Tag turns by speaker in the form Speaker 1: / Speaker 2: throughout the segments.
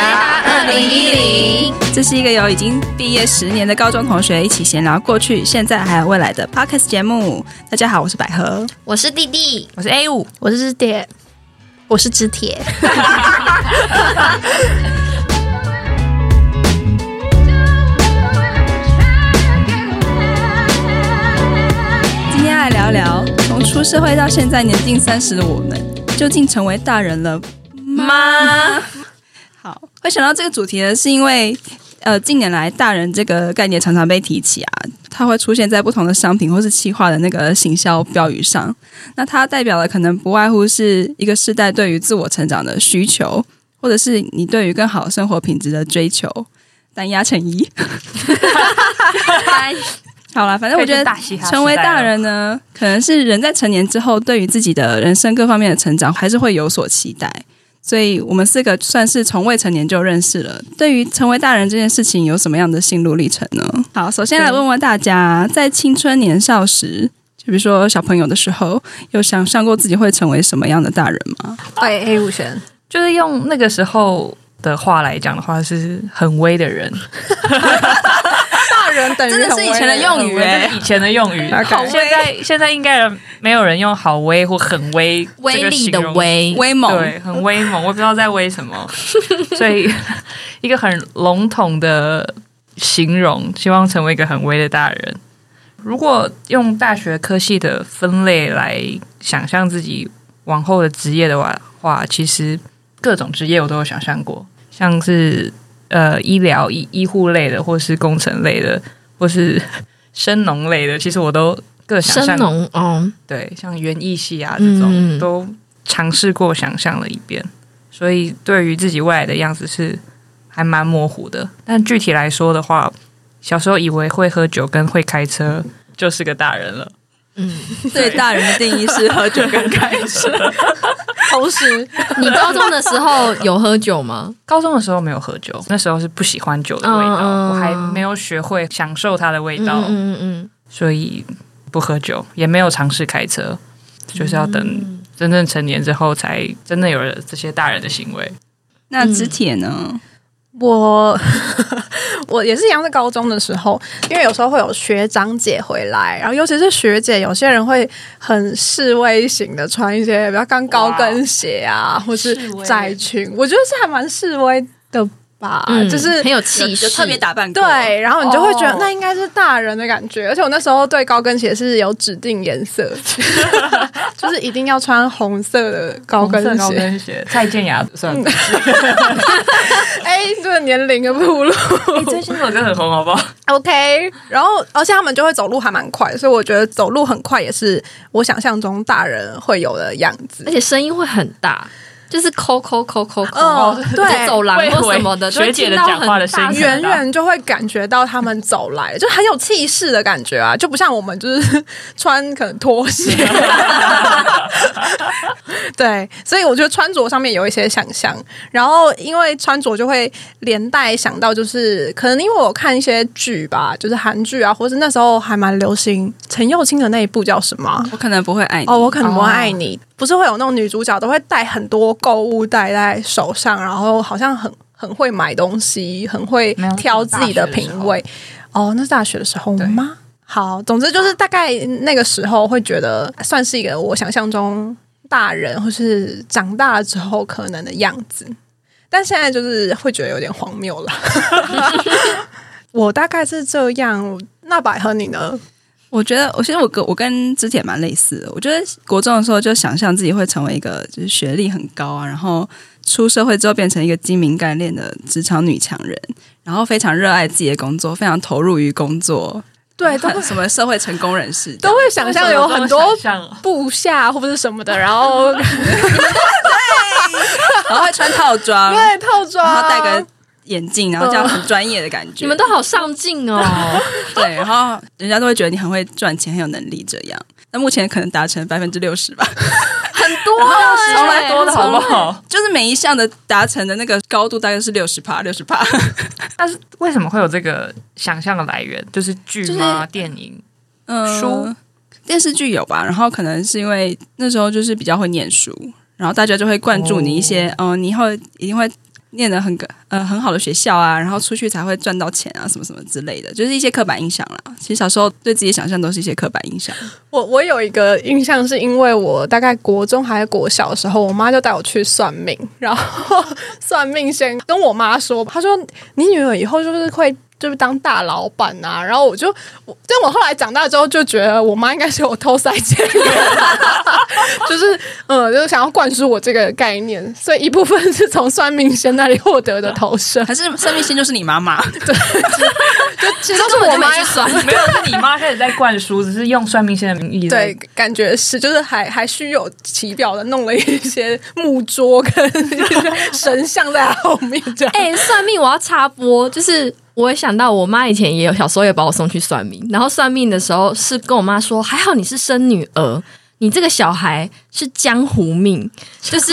Speaker 1: 二零一零，
Speaker 2: 这是一个由已经毕业十年的高中同学一起闲聊过去、现在还有未来的 podcast 节目。大家好，我是百合。
Speaker 1: 我是弟弟，
Speaker 3: 我是 A 五，
Speaker 4: 我是铁，我是知铁。
Speaker 2: 今天来聊聊，从出社会到现在年近三十的我们，究竟成为大人了
Speaker 3: 妈，
Speaker 2: 好，会想到这个主题呢，是因为呃，近年来“大人”这个概念常常被提起啊，它会出现在不同的商品或是企划的那个行销标语上。那它代表的可能不外乎是一个世代对于自我成长的需求，或者是你对于更好生活品质的追求。单压成一，好啦，反正我觉
Speaker 3: 可以去
Speaker 2: 得
Speaker 3: 大嘻哈时代了
Speaker 2: 成为大人呢，可能是人在成年之后，对于自己的人生各方面的成长，还是会有所期待。所以我们四个算是从未成年就认识了。对于成为大人这件事情，有什么样的心路历程呢？好，首先来问问大家，在青春年少时，就比如说小朋友的时候，有想象过自己会成为什么样的大人吗？
Speaker 4: 哎，A 五选
Speaker 3: 就是用那个时候的话来讲的话，是很威的人，
Speaker 4: 大人等于
Speaker 2: 真的是以前的用语
Speaker 3: 这
Speaker 2: 哎、
Speaker 3: 是以前的 用语。
Speaker 2: 好威
Speaker 3: 现在现在应该没有人用好威或很威这
Speaker 1: 威
Speaker 3: 个
Speaker 1: 力
Speaker 3: 形
Speaker 1: 的
Speaker 3: 容
Speaker 1: 威，
Speaker 2: 威猛，
Speaker 3: 对，很威猛，我不知道在威什么，所以 一个很笼统的形容，希望成为一个很威的大人。如果用大学科系的分类来想象自己往后的职业的话，话其实各种职业我都有想象过，像是呃医疗医医护类的，或是工程类的，或是 生农类的，其实我都各想象
Speaker 4: 生
Speaker 3: 过
Speaker 4: 农哦，
Speaker 3: 对，像园艺系啊这种、
Speaker 4: 嗯
Speaker 3: 都尝试过、想象了一遍，所以对于自己未来的样子是还蛮模糊的。但具体来说的话，小时候以为会喝酒跟会开车就是个大人了，
Speaker 2: 对大人的定义是喝酒跟开车。
Speaker 4: 同时你高中的时候有喝酒吗？
Speaker 3: 高中的时候没有喝酒，那时候是不喜欢酒的味道，
Speaker 4: 嗯嗯嗯
Speaker 3: 我还没有学会享受它的味道，
Speaker 4: 嗯嗯
Speaker 3: 所以不喝酒，也没有尝试开车，就是要
Speaker 4: 嗯
Speaker 3: 等真正成年之后才真的有了这些大人的行为。
Speaker 2: 那肢铁呢？
Speaker 5: 我我也是一样，是高中的时候，因为有时候会有学长姐回来，然后尤其是学姐，有些人会很示威型的穿一些比较刚高跟鞋啊，或是窄裙，我觉得是还蛮示威的吧，
Speaker 4: 嗯，
Speaker 5: 啊就是
Speaker 4: 很有气
Speaker 2: 有
Speaker 4: 势，
Speaker 2: 特别打扮过，
Speaker 5: 对，然后你就会觉得
Speaker 3: 哦
Speaker 5: 那应该是大人的感觉，而且我那时候对高跟鞋是有指定颜色，就是一定要穿红色的高跟
Speaker 3: 高
Speaker 5: 鞋。
Speaker 3: 跟鞋，蔡健雅算了。
Speaker 5: 哎，这个年龄的铺路。
Speaker 3: 哎 最近这首歌很红，好不好？
Speaker 5: OK，然后而且他们就会走路还蛮快，所以我觉得走路很快也是我想象中大人会有的样子
Speaker 4: 而。且声音会很大，就是抠抠抠抠抠，
Speaker 5: 嗯，对
Speaker 4: 在，走廊或什么的，
Speaker 3: 会
Speaker 4: 就
Speaker 3: 回
Speaker 4: 会听到
Speaker 3: 学姐的讲话的声音
Speaker 4: 很大
Speaker 5: 远远就会感觉到他们走来，就很有气势的感觉啊，就不像我们就是穿可能拖鞋。对，所以我觉得穿着上面有一些想象，然后因为穿着就会连带想到，就是可能因为我看一些剧吧，就是韩剧啊，或是那时候还蛮流行陈幼卿的那一部叫什么啊？
Speaker 2: 我可能不会爱你。
Speaker 5: 哦，我可能不会爱你，不是会有那种女主角都会带很多购物袋在手上，然后好像很很会买东西，很会
Speaker 3: 没有
Speaker 5: 挑自己的品味。哦，那是大学的时候吗？好，总之就是大概那个时候会觉得算是一个我想象中大人或是长大了之后可能的样子，但现在就是会觉得有点荒谬了。 我大概是这样，那百合你呢？
Speaker 2: 我觉得，我其实我跟我跟之前蛮类似的。我觉得国中的时候就想象自己会成为一个就是学历很高啊，然后出社会之后变成一个精明干练的职场女强人，然后非常热爱自己的工作，非常投入于工作，
Speaker 5: 对，都
Speaker 2: 很什么社会成功人士这
Speaker 5: 都
Speaker 2: 样。
Speaker 5: 会想象有很多
Speaker 3: 为什么这么想象
Speaker 5: 部下或者是什么 的，然后
Speaker 2: 然后会穿套装，
Speaker 5: 对套装，
Speaker 2: 然后戴个眼镜，然后这样很专业的感觉。
Speaker 4: 你们都好上进哦，
Speaker 2: 对，然后人家都会觉得你很会赚钱，很有能力这样。那目前可能达成百分之六十吧。
Speaker 4: 很多哎
Speaker 3: 超蛮多的好不好？
Speaker 2: 就是每一项的达成的那个高度大概是六十趴，六十 趴。
Speaker 3: 但是为什么会有这个想象的来源？就是剧吗？电影？
Speaker 2: 嗯，
Speaker 3: 书
Speaker 2: 电视剧有吧？然后可能是因哦为那时候就是比较会念书，然后大家就会灌注你一些，哦、你以后一定会念的很个呃很好的学校啊，然后出去才会赚到钱啊，什么什么之类的，就是一些刻板印象啦。其实小时候对自己的想象都是一些刻板印象。
Speaker 5: 我我有一个印象，是因为我大概国中还是国小的时候，我妈就带我去算命，然后算命先跟我妈说，她说你女儿以后就是会。就是当大老板啊，然后我就，我但我后来长大之后就觉得我妈应该是有偷塞钱， 就是嗯，就是想要灌输我这个概念，所以一部分是从算命先那里获得的投射，
Speaker 2: 还是生命线就是你妈 妈，
Speaker 5: 其实都是我妈
Speaker 4: 去算，
Speaker 3: 没有是你妈开始在灌输，只是用算命先的名义在
Speaker 5: 对，感觉是就是还还虚有其表的弄了一些木桌跟神像在他后面这样。
Speaker 4: 哎、算命我要插播，就是我也想到我妈以前也有小时候也把我送去算命，然后算命的时候是跟我妈说，还好你是生女儿。你这个小孩是江湖命，就是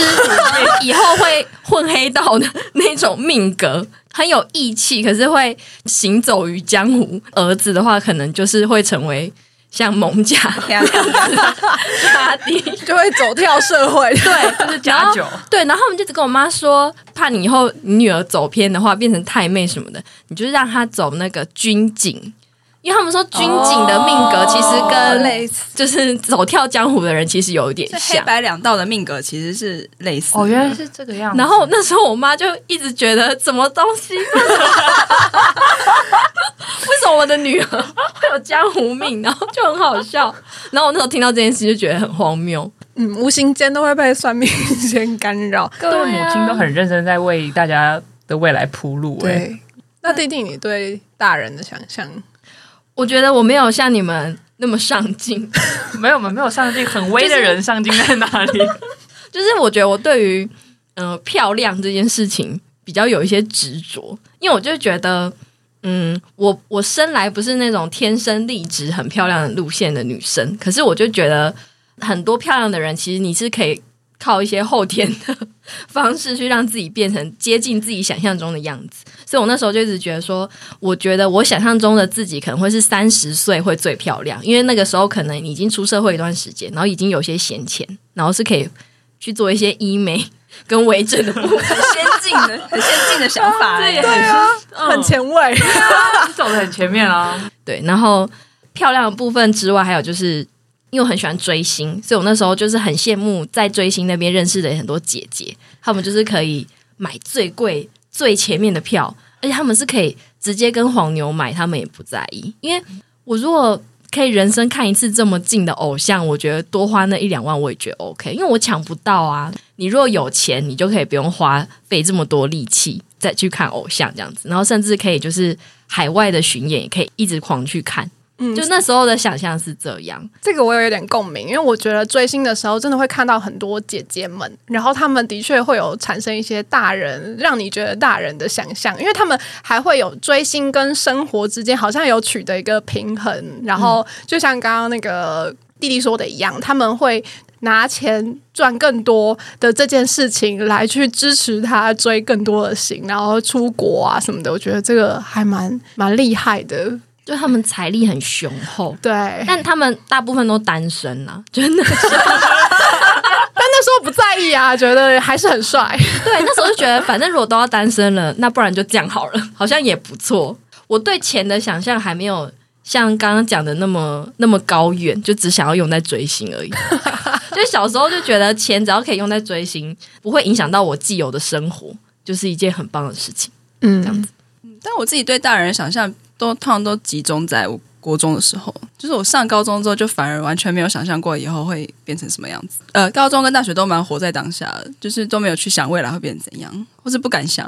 Speaker 4: 以后会混黑道的那种命格，很有义气，可是会行走于江湖。儿子的话，可能就是会成为像蒙甲那样子的大弟。
Speaker 5: 就会走跳社会，
Speaker 4: 对，就是
Speaker 3: 假酒
Speaker 4: 对，然后我们就只跟我妈说，怕你以后你女儿走偏的话，变成太妹什么的，你就是让她走那个军警，因为他们说军警的命格其实跟
Speaker 5: 哦类似嗯
Speaker 4: 就是走跳江湖的人其实有一点
Speaker 2: 黑
Speaker 4: 像。
Speaker 2: 白两道的命格其实是类似的。
Speaker 3: 哦，原来是这个样子。
Speaker 4: 然后那时候我妈就一直觉得什么东西，为什么为什么我的女儿会有江湖命，然后就很好笑。然后我那时候听到这件事就觉得很荒谬。
Speaker 5: 嗯，无形间都会被算命 先干扰。
Speaker 3: 各位母
Speaker 5: 啊
Speaker 3: 亲都很认真在为大家的未来铺路、欸。
Speaker 5: 对，那弟弟，你对大人的想象，
Speaker 4: 我觉得我没有像你们那么上进，
Speaker 3: 没有，我们没有上进，很威的人上进在哪里？
Speaker 4: 就是我觉得我对于呃漂亮这件事情比较有一些执着，因为我就觉得，嗯，我我生来不是那种天生丽质很漂亮的路线的女生，可是我就觉得很多漂亮的人，其实你是可以靠一些后天的方式去让自己变成接近自己想象中的样子，所以我那时候就一直觉得说，我觉得我想象中的自己可能会是三十岁会最漂亮，因为那个时候可能已经出社会一段时间，然后已经有些闲钱，然后是可以去做一些医美跟微整的部分。
Speaker 2: 很先进的、很先进的想法、
Speaker 3: 这也
Speaker 2: 欸。
Speaker 3: 很、
Speaker 5: 很前卫。
Speaker 3: 你走的很前面啊。
Speaker 4: 对，然后漂亮的部分之外，还有就是因为我很喜欢追星，所以我那时候就是很羡慕在追星那边认识的很多姐姐，她们就是可以买最贵、最前面的票，而且她们是可以直接跟黄牛买，她们也不在意。因为我如果可以人生看一次这么近的偶像，我觉得多花那一两万我也觉得 OK，因为我抢不到啊。你如果有钱，你就可以不用花费这么多力气再去看偶像这样子，然后甚至可以就是海外的巡演也可以一直狂去看。
Speaker 5: 嗯
Speaker 4: 就那时候的想象是这样，
Speaker 5: 这个我有一点共鸣，因为我觉得追星的时候真的会看到很多姐姐们，然后她们的确会有产生一些大人让你觉得大人的想象，因为她们还会有追星跟生活之间好像有取得一个平衡，然后就像刚刚那个弟弟说的一样，他们会。拿钱赚更多的这件事情来去支持他追更多的星，然后出国啊什么的，我觉得这个还蛮蛮厉害的。
Speaker 4: 就他们财力很雄 厚，
Speaker 5: 对，但
Speaker 4: 但他们大部分都单身啊，就那时 候
Speaker 5: 那时候不在意啊，觉得还是很帅。
Speaker 4: 对，那时候就觉得反正如果都要单身了，那不然就这样好了， 好像也不错。我对钱的想象还没有像刚刚讲的那么那么高远，就只想要用在追星 而已。就小时候就觉得钱只要可以用在追星，不会影响到我既有的生活，就是一件很棒的事情。
Speaker 5: 嗯
Speaker 4: 这样
Speaker 5: 子。
Speaker 2: 但我自己对大人的想象都通常都集中在我国中的时候，就是我上高中之后就反而完全没有想象过以后会变成什么样子。呃，高中跟大学都蛮活在当下的，就是都没有去想未来会变成怎样，或是不敢想。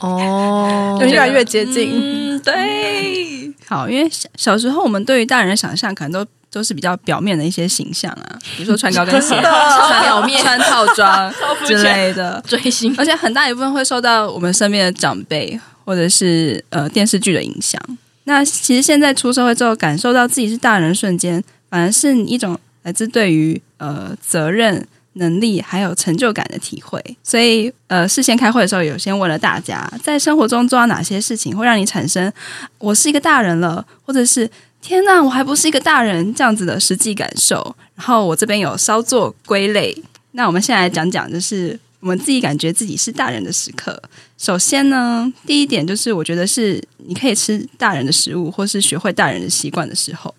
Speaker 4: 哦
Speaker 5: 就越来越接近。
Speaker 2: 嗯，对。好，因为小小时候我们对于大人的想象可能都。都是比较表面的一些形象啊，比如说穿高跟 鞋、穿
Speaker 4: 表面
Speaker 2: 穿套 装之类的，
Speaker 4: 追星
Speaker 2: 而且很大一部分会受到我们身边的长辈或者是呃电视剧的影响。那其实现在出社会之后，感受到自己是大人的瞬间，反而是一种来自对于呃责任、能力还有成就感的体会。所以呃，事先开会的时候，有先问了大家，在生活中做到哪些事情会让你产生“我是一个大人了”或者是“天呐，我还不是一个大人”这样子的实际感受。然后我这边有稍作归类。那我们现在来讲讲，就是我们自己感觉自己是大人的时刻。首先呢，第一点就是我觉得是你可以吃大人的食物，或是学会大人的习惯的时候。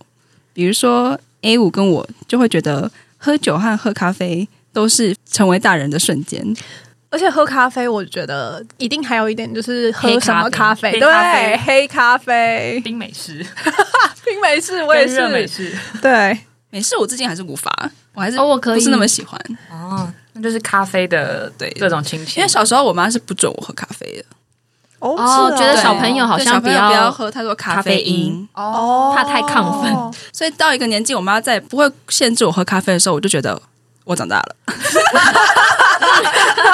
Speaker 2: 比如说 A 五跟我就会觉得喝酒和喝咖啡都是成为大人的瞬间。
Speaker 5: 而且喝咖啡，我觉得一定还有一点就是
Speaker 3: 黑
Speaker 5: 喝
Speaker 3: 咖
Speaker 5: 什么
Speaker 3: 啡
Speaker 5: 咖啡，
Speaker 3: 黑
Speaker 5: 对，
Speaker 3: 咖啡
Speaker 5: 黑咖啡，
Speaker 3: 冰美式，
Speaker 5: 冰美式我也
Speaker 3: 跟热美
Speaker 5: 是，
Speaker 3: 式
Speaker 5: 对，
Speaker 2: 美式我至今还是无法，我还是
Speaker 4: 哦我可以
Speaker 2: 不是那么喜欢。
Speaker 3: 哦，那就是咖啡的
Speaker 2: 对
Speaker 3: 这种亲
Speaker 2: 因
Speaker 3: 情
Speaker 2: 为。小时候我妈是不准我喝咖啡的，
Speaker 5: 哦
Speaker 4: 哦
Speaker 5: 是
Speaker 4: 觉得
Speaker 2: 对
Speaker 4: 小朋友好
Speaker 2: 对
Speaker 4: 像
Speaker 2: 小朋友
Speaker 4: 比较
Speaker 2: 不要喝太多咖啡
Speaker 4: 咖啡
Speaker 2: 因
Speaker 4: 因，
Speaker 5: 哦，
Speaker 4: 怕太亢奋
Speaker 5: 哦，
Speaker 2: 所以到一个年纪，我妈在不会限制我喝咖啡的时候，我就觉得我长大了。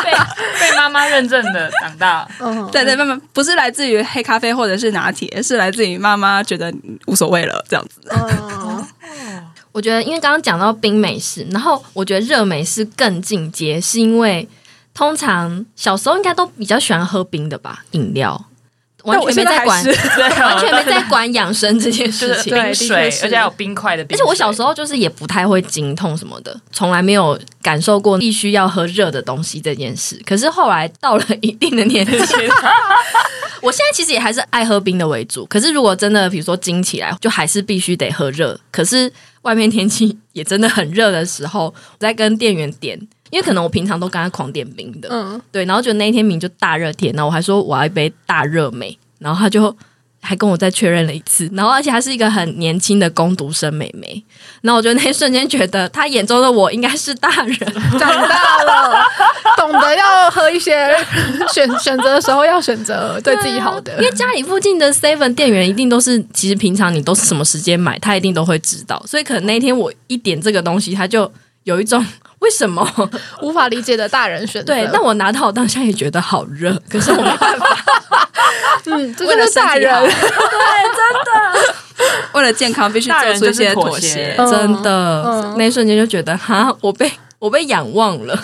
Speaker 3: 被 被妈妈认证的长大，
Speaker 5: 嗯，
Speaker 2: 对对，慢慢不是来自于黑咖啡或者是拿铁，是来自于妈妈觉得无所谓了这样子。
Speaker 5: 嗯，
Speaker 4: 我觉得，因为刚刚讲到冰美式，然后我觉得热美式更进阶，是因为通常小时候应该都比较喜欢喝冰的吧，饮料完
Speaker 5: 但我
Speaker 4: 全
Speaker 5: 现
Speaker 4: 没
Speaker 5: 在
Speaker 4: 在
Speaker 5: 还
Speaker 4: 管，
Speaker 5: 是
Speaker 3: 完
Speaker 4: 完全没在管养生这件
Speaker 3: 就
Speaker 4: 事
Speaker 3: 是
Speaker 4: 情。
Speaker 5: 对
Speaker 3: 冰
Speaker 5: 的
Speaker 3: 水，
Speaker 5: 确
Speaker 3: 而
Speaker 5: 是
Speaker 3: 且还有冰块的冰
Speaker 4: 而
Speaker 3: 水。
Speaker 4: 且我小时候就是也不太会经痛什么的，从来没有感受过必须要喝热的东西这件事。可是后来到了一定的年纪，我现在其实也还是爱喝冰的为主。可是如果真的比如说经起来，就还是必须得喝热。可是外面天气也真的很热的时候，我在跟店员点，因为可能我平常都跟他狂点冰的，
Speaker 5: 嗯，
Speaker 4: 对，然后就那一天明就大热天，然后我还说我要一杯大热美，然后他就还跟我再确认了一次，然后而且她是一个很年轻的攻读生妹妹，然后我就那一瞬间觉得她眼中的我应该是大人，
Speaker 5: 长大了，懂得要喝一些 选选择的时候要选择对自己好的
Speaker 4: 啊因，为家里附近的 Seven 店员一定都是，其实平常你都是什么时间买，她一定都会知道，所以可能那一天我一点这个东西，她就有一种为什 么
Speaker 5: 无法理解的大人选择，
Speaker 4: 对，但我拿到当下也觉得好热，可是我 没办法，
Speaker 5: 嗯，这
Speaker 4: 为了
Speaker 5: 就是大
Speaker 4: 身体
Speaker 5: 人
Speaker 4: 好，
Speaker 2: 为了健康，必须做出一些妥协
Speaker 3: 大人就。
Speaker 5: 嗯
Speaker 4: 真的，
Speaker 5: 嗯
Speaker 4: 那一瞬间就觉得哈，我被我被仰望了。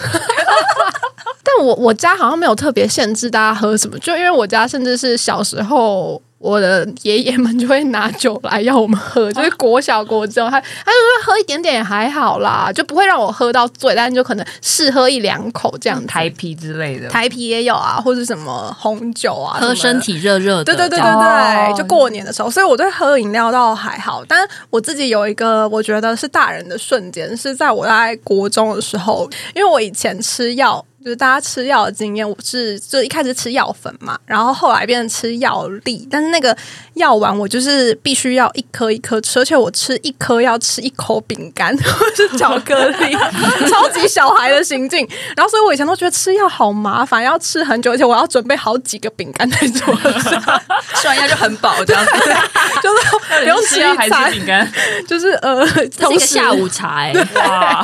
Speaker 5: 但我我家好像没有特别限制大家喝什么，就因为我家甚至是小时候。我的爷爷们就会拿酒来要我们喝，就是国小国中，他他就说喝一点点也还好啦，就不会让我喝到醉，但就可能试喝一两口这样子。
Speaker 3: 台啤之类的，
Speaker 5: 台啤也有啊，或者什么红酒啊，
Speaker 4: 喝
Speaker 5: 什么
Speaker 4: 身
Speaker 5: 的
Speaker 4: 体热热的，
Speaker 5: 对对对
Speaker 4: 这样
Speaker 5: 对对，
Speaker 3: 哦
Speaker 5: 就过年的时候，所以我对喝饮料倒还好，但我自己有一个我觉得是大人的瞬间，是在我大概国中的时候，因为我以前吃药。就是大家吃药的经验，我是就一开始吃药粉嘛，然后后来变成吃药粒，但是那个药丸我就是必须要一颗一颗吃，而且我吃一颗要吃一口饼干 或是巧克力，超级小孩的行径。然后所以我以前都觉得吃药好麻烦，要吃很久，而且我要准备好几个饼干在桌上。
Speaker 2: 吃完药就很饱这样 子。
Speaker 5: 就是不用吃
Speaker 3: 吃啊
Speaker 5: 一
Speaker 3: 还
Speaker 5: 餐
Speaker 3: 是，饼干，
Speaker 5: 就是 呃，
Speaker 4: 这是一
Speaker 5: 同
Speaker 4: 个
Speaker 5: 时
Speaker 4: 下。午茶、欸，
Speaker 3: 哇，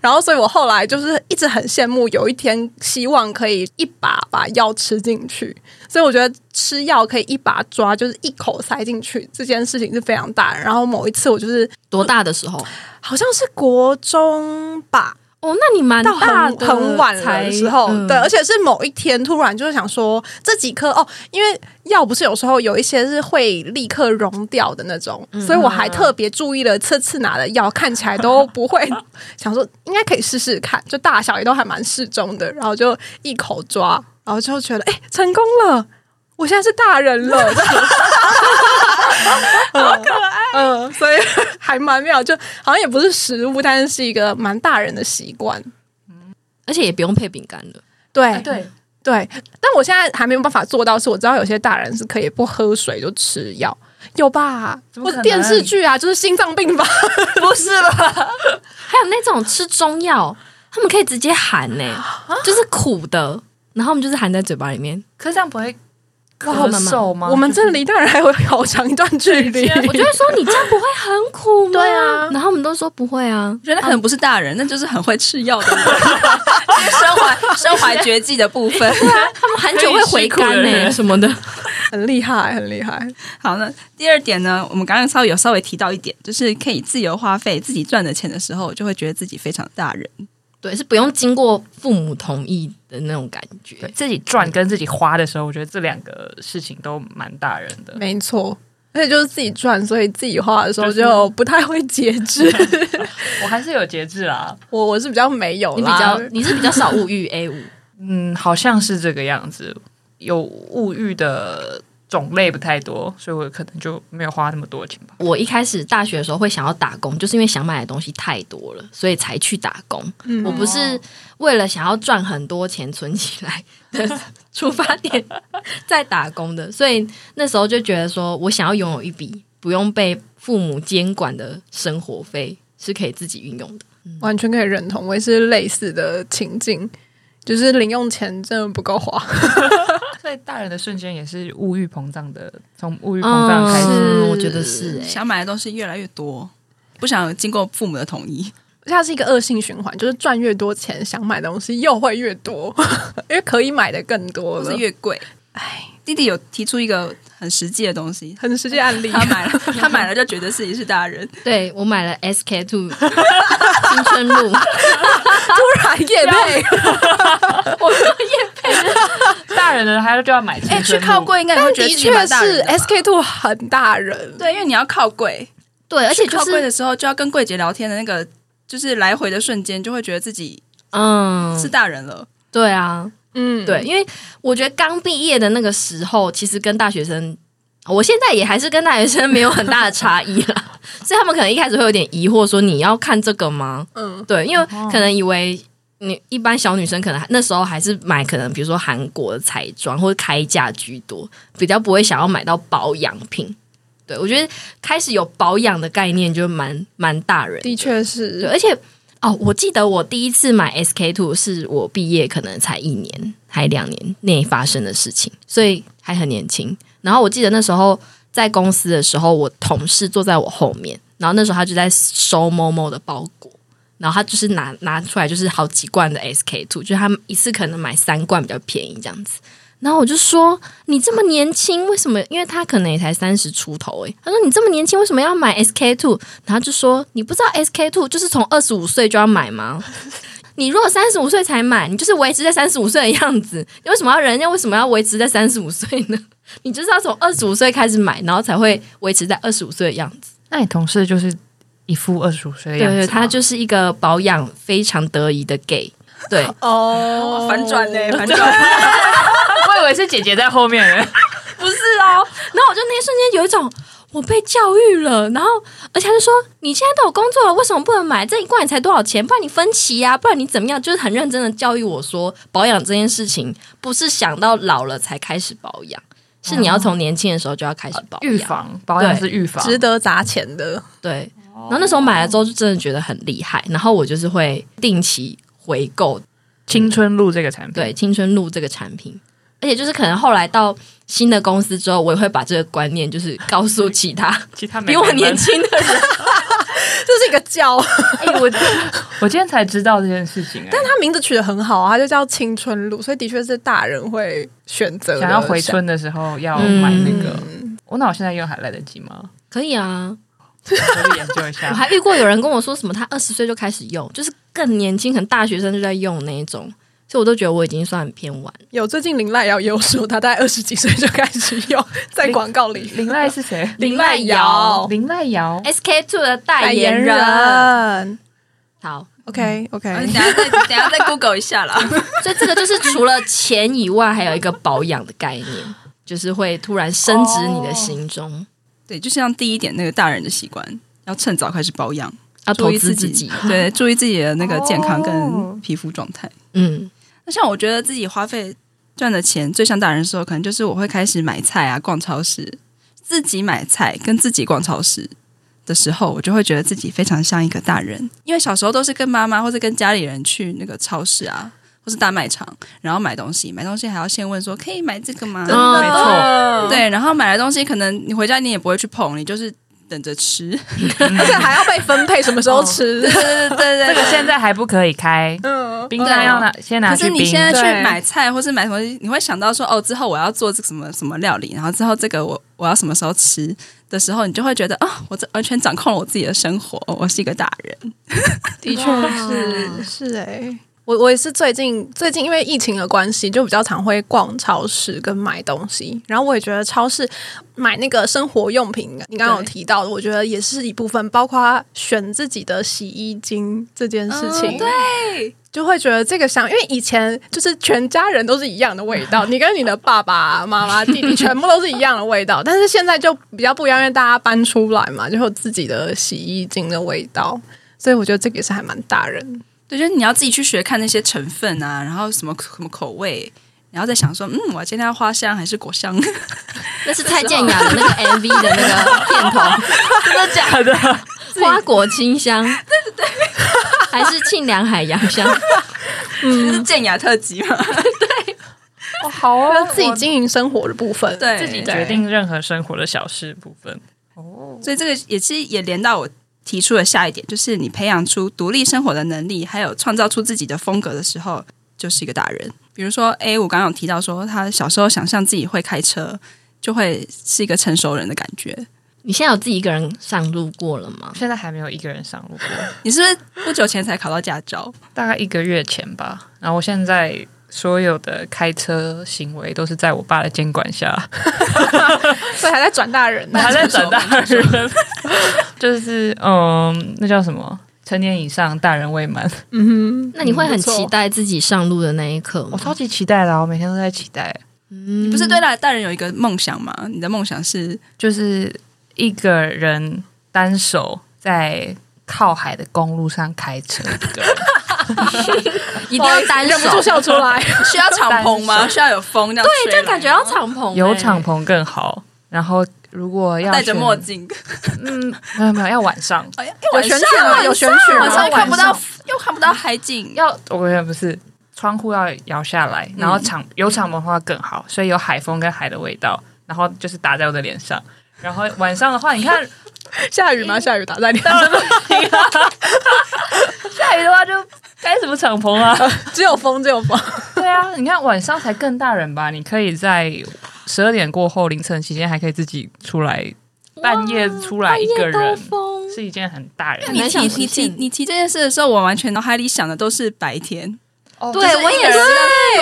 Speaker 5: 然后，所以我后来就是一直很羡慕，有一天希望可以一把把药吃进去。所以我觉得吃药可以一把抓，就是一口塞进去这件事情是非常大的。然后某一次我就是
Speaker 4: 多大的时候？
Speaker 5: 好像是国中吧，
Speaker 4: 哦，那你蛮
Speaker 5: 到
Speaker 4: 大
Speaker 5: 很
Speaker 4: 的
Speaker 5: 很晚了
Speaker 4: 才
Speaker 5: 的时候，
Speaker 4: 嗯
Speaker 5: 对，而且是某一天突然就是想说这几颗哦，因为药不是有时候有一些是会立刻溶掉的那种，
Speaker 4: 嗯
Speaker 5: 所以我还特别注意了这次拿的药看起来都不会， 想说应该可以试试看，就大小也都还蛮适中的，然后就一口抓，然后就觉得哎、成功了。我现在是大 人了，好可爱，嗯，所以还蛮妙，就好像也不是食物，但是是一个蛮大人的习惯。
Speaker 4: 而且也不用配饼干了。
Speaker 5: 对
Speaker 3: 啊对，
Speaker 5: 对，但我现在还没有办法做到，是我知道有些大人是可以不喝水就吃药，有吧？
Speaker 3: 怎么
Speaker 5: 或
Speaker 3: 可能
Speaker 5: 者电视剧啊，就是心脏病吧？
Speaker 2: 不是吧？
Speaker 4: 还有那种吃中药，他们可以直接含呢、就是苦的，然后我们就是含在嘴巴里面。
Speaker 3: 可是这样不会咳嗽吗？
Speaker 5: 我们这离大人还有好长一段距离。
Speaker 4: 啊我就会说你这样不会很苦吗？
Speaker 5: 对啊
Speaker 4: 然后我们都说不会啊。
Speaker 2: 我觉得那可能不是大人，那就是很会吃药 的人，就是身怀身怀绝技的部分。
Speaker 4: 他们含久会回甘
Speaker 3: 可以吃苦的
Speaker 4: 呢、
Speaker 3: 人
Speaker 4: 什么的。
Speaker 5: 很厉害，很厉害。
Speaker 2: 好，那第二点呢，我们刚刚稍微有稍微提到一点，就是可以自由花费自己赚的钱的时候，就会觉得自己非常大人。
Speaker 4: 对，是不用经过父母同意的那种感觉。
Speaker 3: 对自己赚跟自己花的时候，我觉得这两个事情都蛮大人的。
Speaker 5: 没错。而且就是自己赚，所以自己花的时候
Speaker 3: 就是
Speaker 5: 就不太会节制。
Speaker 3: 我还是有节制啦，
Speaker 5: 我我是比较没有
Speaker 4: 你比
Speaker 5: 啦，
Speaker 4: 较，你是比较少物欲 A 五，
Speaker 3: 嗯，好像是这个样子。有物欲的种类不太多，所以我可能就没有花那么多钱吧。
Speaker 4: 我一开始大学的时候会想要打工，就是因为想买的东西太多了，所以才去打工。
Speaker 5: 嗯
Speaker 4: 我不是为了想要赚很多钱存起来的出发点在打工的，所以那时候就觉得说我想要拥有一笔不用被父母监管的生活费，是可以自己运用的。
Speaker 5: 完全可以认同，我也是类似的情境，就是零用钱真的不够花。
Speaker 3: 所以大人的瞬间也是物欲膨胀的，从物欲膨胀开始。
Speaker 4: 嗯我觉得是、欸。
Speaker 2: 想买的东西越来越多，不想经过父母的同意。
Speaker 5: 它是一个恶性循环，就是赚越多钱，想买的东西又会越多， 因为可以买的更多
Speaker 2: 或
Speaker 5: 了
Speaker 2: 是。越贵。哎，弟弟有提出一个很实际的东 西，
Speaker 5: 很实际案例，
Speaker 2: 他 买了，他买了就觉得自己是大人。
Speaker 4: 对我买了 SK two 青春 露，
Speaker 5: 突然夜配，
Speaker 3: 大人了还要就要买青春
Speaker 2: 哎，
Speaker 3: 露
Speaker 2: 去靠柜应该也
Speaker 5: 但
Speaker 2: 会觉得
Speaker 5: 的
Speaker 2: 自己
Speaker 5: 确
Speaker 2: 蛮大人
Speaker 5: 是
Speaker 2: 的吧哎
Speaker 5: SK two 很大人，
Speaker 2: 对，因为你要靠柜，
Speaker 4: 对，而且就
Speaker 2: 靠柜
Speaker 4: 是
Speaker 2: 的时候就要跟柜姐聊天的那个，就是来回的瞬间，就会觉得自己
Speaker 4: 嗯，
Speaker 2: 是大人了。
Speaker 4: 对啊，
Speaker 5: 嗯，
Speaker 4: 对，，因为我觉得刚毕业的那个时候，其实跟大学生，我现在也还是跟大学生没有很大的差异啦， 所以他们可能一开始会有点疑惑，说你要看这个吗？
Speaker 5: 嗯，
Speaker 4: 对，因为可能以为你一般小女生可能还那时候还是买可能比如说韩国的彩妆或者开价居多，比较不会想要买到保养品。对，我觉得开始有保养的概念就蛮蛮大人
Speaker 5: 的确
Speaker 4: 对，
Speaker 5: 是，
Speaker 4: 而且哦，我记得我第一次买 SK two 是我毕业可能才一年还两年内发生的事情，所以还很年轻。然后我记得那时候在公司的时候，我同事坐在我后面，然后那时候他就在收某某的包裹。然后他就是拿拿出来就是好几罐的 SK two，就是他一次可能买三罐比较便宜这样子。然后我就说你这么年轻，为什么？因为他可能也才三十出头诶、他说你这么年轻，为什么要买 SK two？然后就说你不知道 SK two 就是从二十五岁就要买吗？ 你如果三十五岁才买，你就是维持在三十五岁的样子。你为什么要人家为什么要维持在三十五岁呢？ 你就是要从二十五岁开始买，然后才会维持在二十五岁的样子。
Speaker 3: 那你同事就是一副二十五岁的
Speaker 4: 对
Speaker 3: 样子
Speaker 4: 对，
Speaker 3: 吗，
Speaker 4: 他就是一个保养非常得宜的 gay。对，
Speaker 5: 哦
Speaker 2: 反转 欸嘞，反转！
Speaker 3: 我以为是姐姐在后面欸，
Speaker 4: 不是哦。然后我就那一瞬间有一种我被教育了，然后而且他就说你现在都有工作了，为什么不能买？这一罐也才多少钱？不然你分期呀、不然你怎么样？就是很认真的教育我说，保养这件事情不是想到老了才开始保养，是你要从年轻的时候就要开始保养。
Speaker 3: 哦呃预防保养是预防，
Speaker 5: 值得砸钱的，
Speaker 4: 对，
Speaker 3: 哦
Speaker 4: 然后那时候买了之后就真的觉得很厉害，然后我就是会定期回购
Speaker 3: 青春露这个产品，
Speaker 4: 对青春露这个产品，而且就是可能后来到新的公司之后，我也会把这个观念就是告诉其他
Speaker 3: 其他
Speaker 4: 比我年轻的人。
Speaker 5: 这是一个教，
Speaker 3: 哎、我 我今天才知道这件事情、哎
Speaker 5: 但它名字取得很好啊，它就叫青春露，所以的确是大人会选择的
Speaker 3: 想要回春的时候要买那个。我那我现在用还来得及吗？
Speaker 4: 可以啊，
Speaker 3: 我去研究一下
Speaker 4: 我。还遇过有人跟我说什么，他二十岁就开始用，就是更年轻，可能大学生就在用那一种，所以我都觉得我已经算很偏晚。
Speaker 5: 有最近林濑瑶也有说，她大概二十几岁就开始用，在广告里。
Speaker 3: 林濑是谁？
Speaker 5: 林濑瑶
Speaker 3: 林濑瑶，
Speaker 4: SK two 的代
Speaker 5: 代
Speaker 4: 言
Speaker 5: 言
Speaker 4: 人，
Speaker 5: 人
Speaker 4: 好，
Speaker 5: ，OK
Speaker 2: 等一
Speaker 5: OK，
Speaker 2: 下再等一下 再 Google 一下啦。
Speaker 4: 所以这个就是除了钱以外，还有一个保养的概念，就是会突然升值你的心中。
Speaker 2: 对，就像第一点那个大人的习惯，要趁早开始保养，
Speaker 4: 要投
Speaker 2: 注意
Speaker 4: 资
Speaker 2: 自
Speaker 4: 哦自己，
Speaker 2: 对，注意自己的那个健康
Speaker 3: 哦
Speaker 2: 跟皮肤状态。
Speaker 4: 嗯，
Speaker 2: 那像我觉得自己花费赚的钱最像大人的时候，可能就是我会开始买菜啊，逛超市，自己买菜跟自己逛超市的时候，我就会觉得自己非常像一个大人，因为小时候都是跟妈妈或者跟家里人去那个超市啊。或是大卖场，然后买东西，买东西还要先问说可以买这个吗？
Speaker 4: 真的
Speaker 3: 没错，
Speaker 2: 对，然后买了东西，可能你回家你也不会去碰，你就是等着吃。
Speaker 5: 而且还要被分配什么时候吃，
Speaker 2: 对对对
Speaker 3: 这个现在还不可以开，
Speaker 5: 嗯，
Speaker 3: 冰箱要拿先拿
Speaker 2: 可
Speaker 3: 去
Speaker 2: 是
Speaker 3: 冰。
Speaker 2: 你现在去
Speaker 5: 对
Speaker 2: 买菜或是买什么，你会想到说哦，之后我要做这个什么什么料理，然后之后这个我我要什么时候吃的时候，你就会觉得哦，我这完全哦掌控了我自己的生活，我是一个大人。
Speaker 5: 的确是是哎、我我也是最近最近因为疫情的关系，就比较常会逛超市跟买东西。然后我也觉得超市买那个生活用品，你刚刚有
Speaker 4: 对
Speaker 5: 提到的，我觉得也是一部分，包括选自己的洗衣精这件事情。对。就会觉得这个香，因为以前就是全家人都是一样的味道，你跟你的爸爸妈妈、弟弟全部都是一样的味道，但是现在就比较不一样，因为大家搬出来嘛，就有自己的洗衣精的味道，所以我觉得这个也是还蛮大人的
Speaker 2: 对，就是你要自己去学看那些成分啊，然后什么什么口味，然后再想说，嗯，我今天要花香还是果香？
Speaker 4: 那 是蔡健雅的那个 MV 的那个片头， 真的假的？花果清香，对 对对，还是沁凉海洋香？
Speaker 2: 就是
Speaker 3: 嗯
Speaker 2: 健雅特辑嘛，
Speaker 3: 哦，好 哦
Speaker 5: 自己经营生活的部分。，
Speaker 2: 对，
Speaker 3: 自己决定任何生活的小事部分。
Speaker 2: 所以这个也是也连到我提出的下一点，就是你培养出独立生活的能力，还有创造出自己的风格的时候，就是一个大人。比如说，诶，我刚刚有提到说，他小时候想象自己会开车，就会是一个成熟人的感觉。
Speaker 4: 你现在有自己一个人上路过了吗？
Speaker 3: 现在还没有一个人上路过，
Speaker 2: 你是不是不久前才考到驾照？
Speaker 3: 大概一个月前吧。然后我现在所有的开车行为都是在我爸的监管下，
Speaker 5: 所以还在转大人呢。
Speaker 3: 还 在长大人，就是嗯，那叫什么？成年以上，大人未满。
Speaker 5: 嗯哼，
Speaker 4: 那你会很
Speaker 5: 不错
Speaker 4: 期待自己上路的那一刻
Speaker 3: 我
Speaker 4: 吗？
Speaker 3: 超级期待的啊、我每天都在期待，
Speaker 2: 你不是对大大人有一个梦想吗？你的梦想是
Speaker 3: 就是一个人单手在靠海的公路上开车的 一个人。哦
Speaker 4: 一定要单
Speaker 5: 忍不住
Speaker 4: 手，
Speaker 5: 笑出来。
Speaker 2: 需要敞篷吗？ 需要有风这样对，
Speaker 4: 这样感觉要敞篷欸，
Speaker 3: 有敞篷更好。然后如果要
Speaker 2: 戴着
Speaker 3: 选
Speaker 2: 墨，镜，
Speaker 3: 嗯，没有没有，要晚上，
Speaker 2: 哎呀，
Speaker 5: 有选取吗？有选取吗？
Speaker 2: 晚上又看不
Speaker 5: 晚
Speaker 2: 到
Speaker 5: 上，
Speaker 2: 又看不到海景，
Speaker 3: 要我也不是窗户要摇下来，
Speaker 4: 嗯
Speaker 3: 然后敞有敞篷的话更好，所以有海风跟海的味道，然后就是打在我的脸上。然后晚上的话，你看
Speaker 5: 下雨吗？下雨打在脸，
Speaker 3: 下雨的话就该什么敞篷 啊？
Speaker 5: 只有风，只有风。
Speaker 3: 对啊，你看晚上才更大人吧？你可以在十二点过后凌晨期间还可以自己出来，半夜出来一个人
Speaker 4: 风
Speaker 3: 是一件很大人
Speaker 4: 那
Speaker 3: 的
Speaker 2: 你
Speaker 4: 很难
Speaker 2: 提
Speaker 4: 想
Speaker 2: 你
Speaker 4: 实现
Speaker 2: 提你提这件事的时候，我完全脑海里想的都是白天，
Speaker 3: 哦
Speaker 4: 对我也是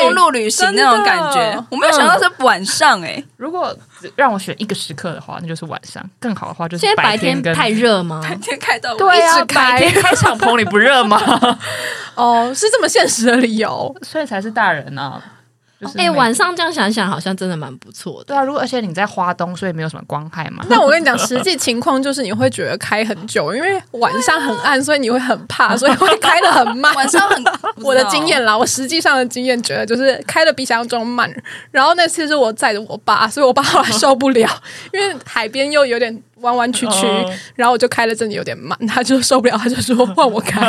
Speaker 2: 公路旅行那种感
Speaker 5: 真
Speaker 2: 觉
Speaker 5: 的。
Speaker 2: 我没有想到是晚上哎，
Speaker 3: 如果只让我选一个时刻的话，那就是晚上。更好的话就
Speaker 4: 现在
Speaker 3: 是
Speaker 4: 白
Speaker 3: 天
Speaker 4: 天
Speaker 3: 跟
Speaker 4: 太。热吗？
Speaker 2: 天开到
Speaker 3: 对
Speaker 2: 一
Speaker 3: 啊，
Speaker 2: 直开
Speaker 3: 白天开敞篷你不 热吗？
Speaker 5: 哦，是这么现实的理由。
Speaker 3: 所以才是大人啊。就是
Speaker 4: 哎、
Speaker 3: 每
Speaker 4: 晚上这样想想，好像真的蛮不错的。
Speaker 3: 对啊，如果而且你在花东，所以没有什么光害 嘛。
Speaker 5: 但我跟你讲，实际情况就是你会觉得开很久，因为晚上很暗，所以你会很怕，所以会开的很 慢。
Speaker 2: 晚上很
Speaker 5: 我的经验啦，我实际上的经验觉得就是开的比想象中慢。然后那次是我载着我爸，所以我爸后来受不了，因为海边又有点弯弯曲曲，
Speaker 3: 哦
Speaker 5: 然后我就开的真的有点慢，他就受不了，他就说换我开。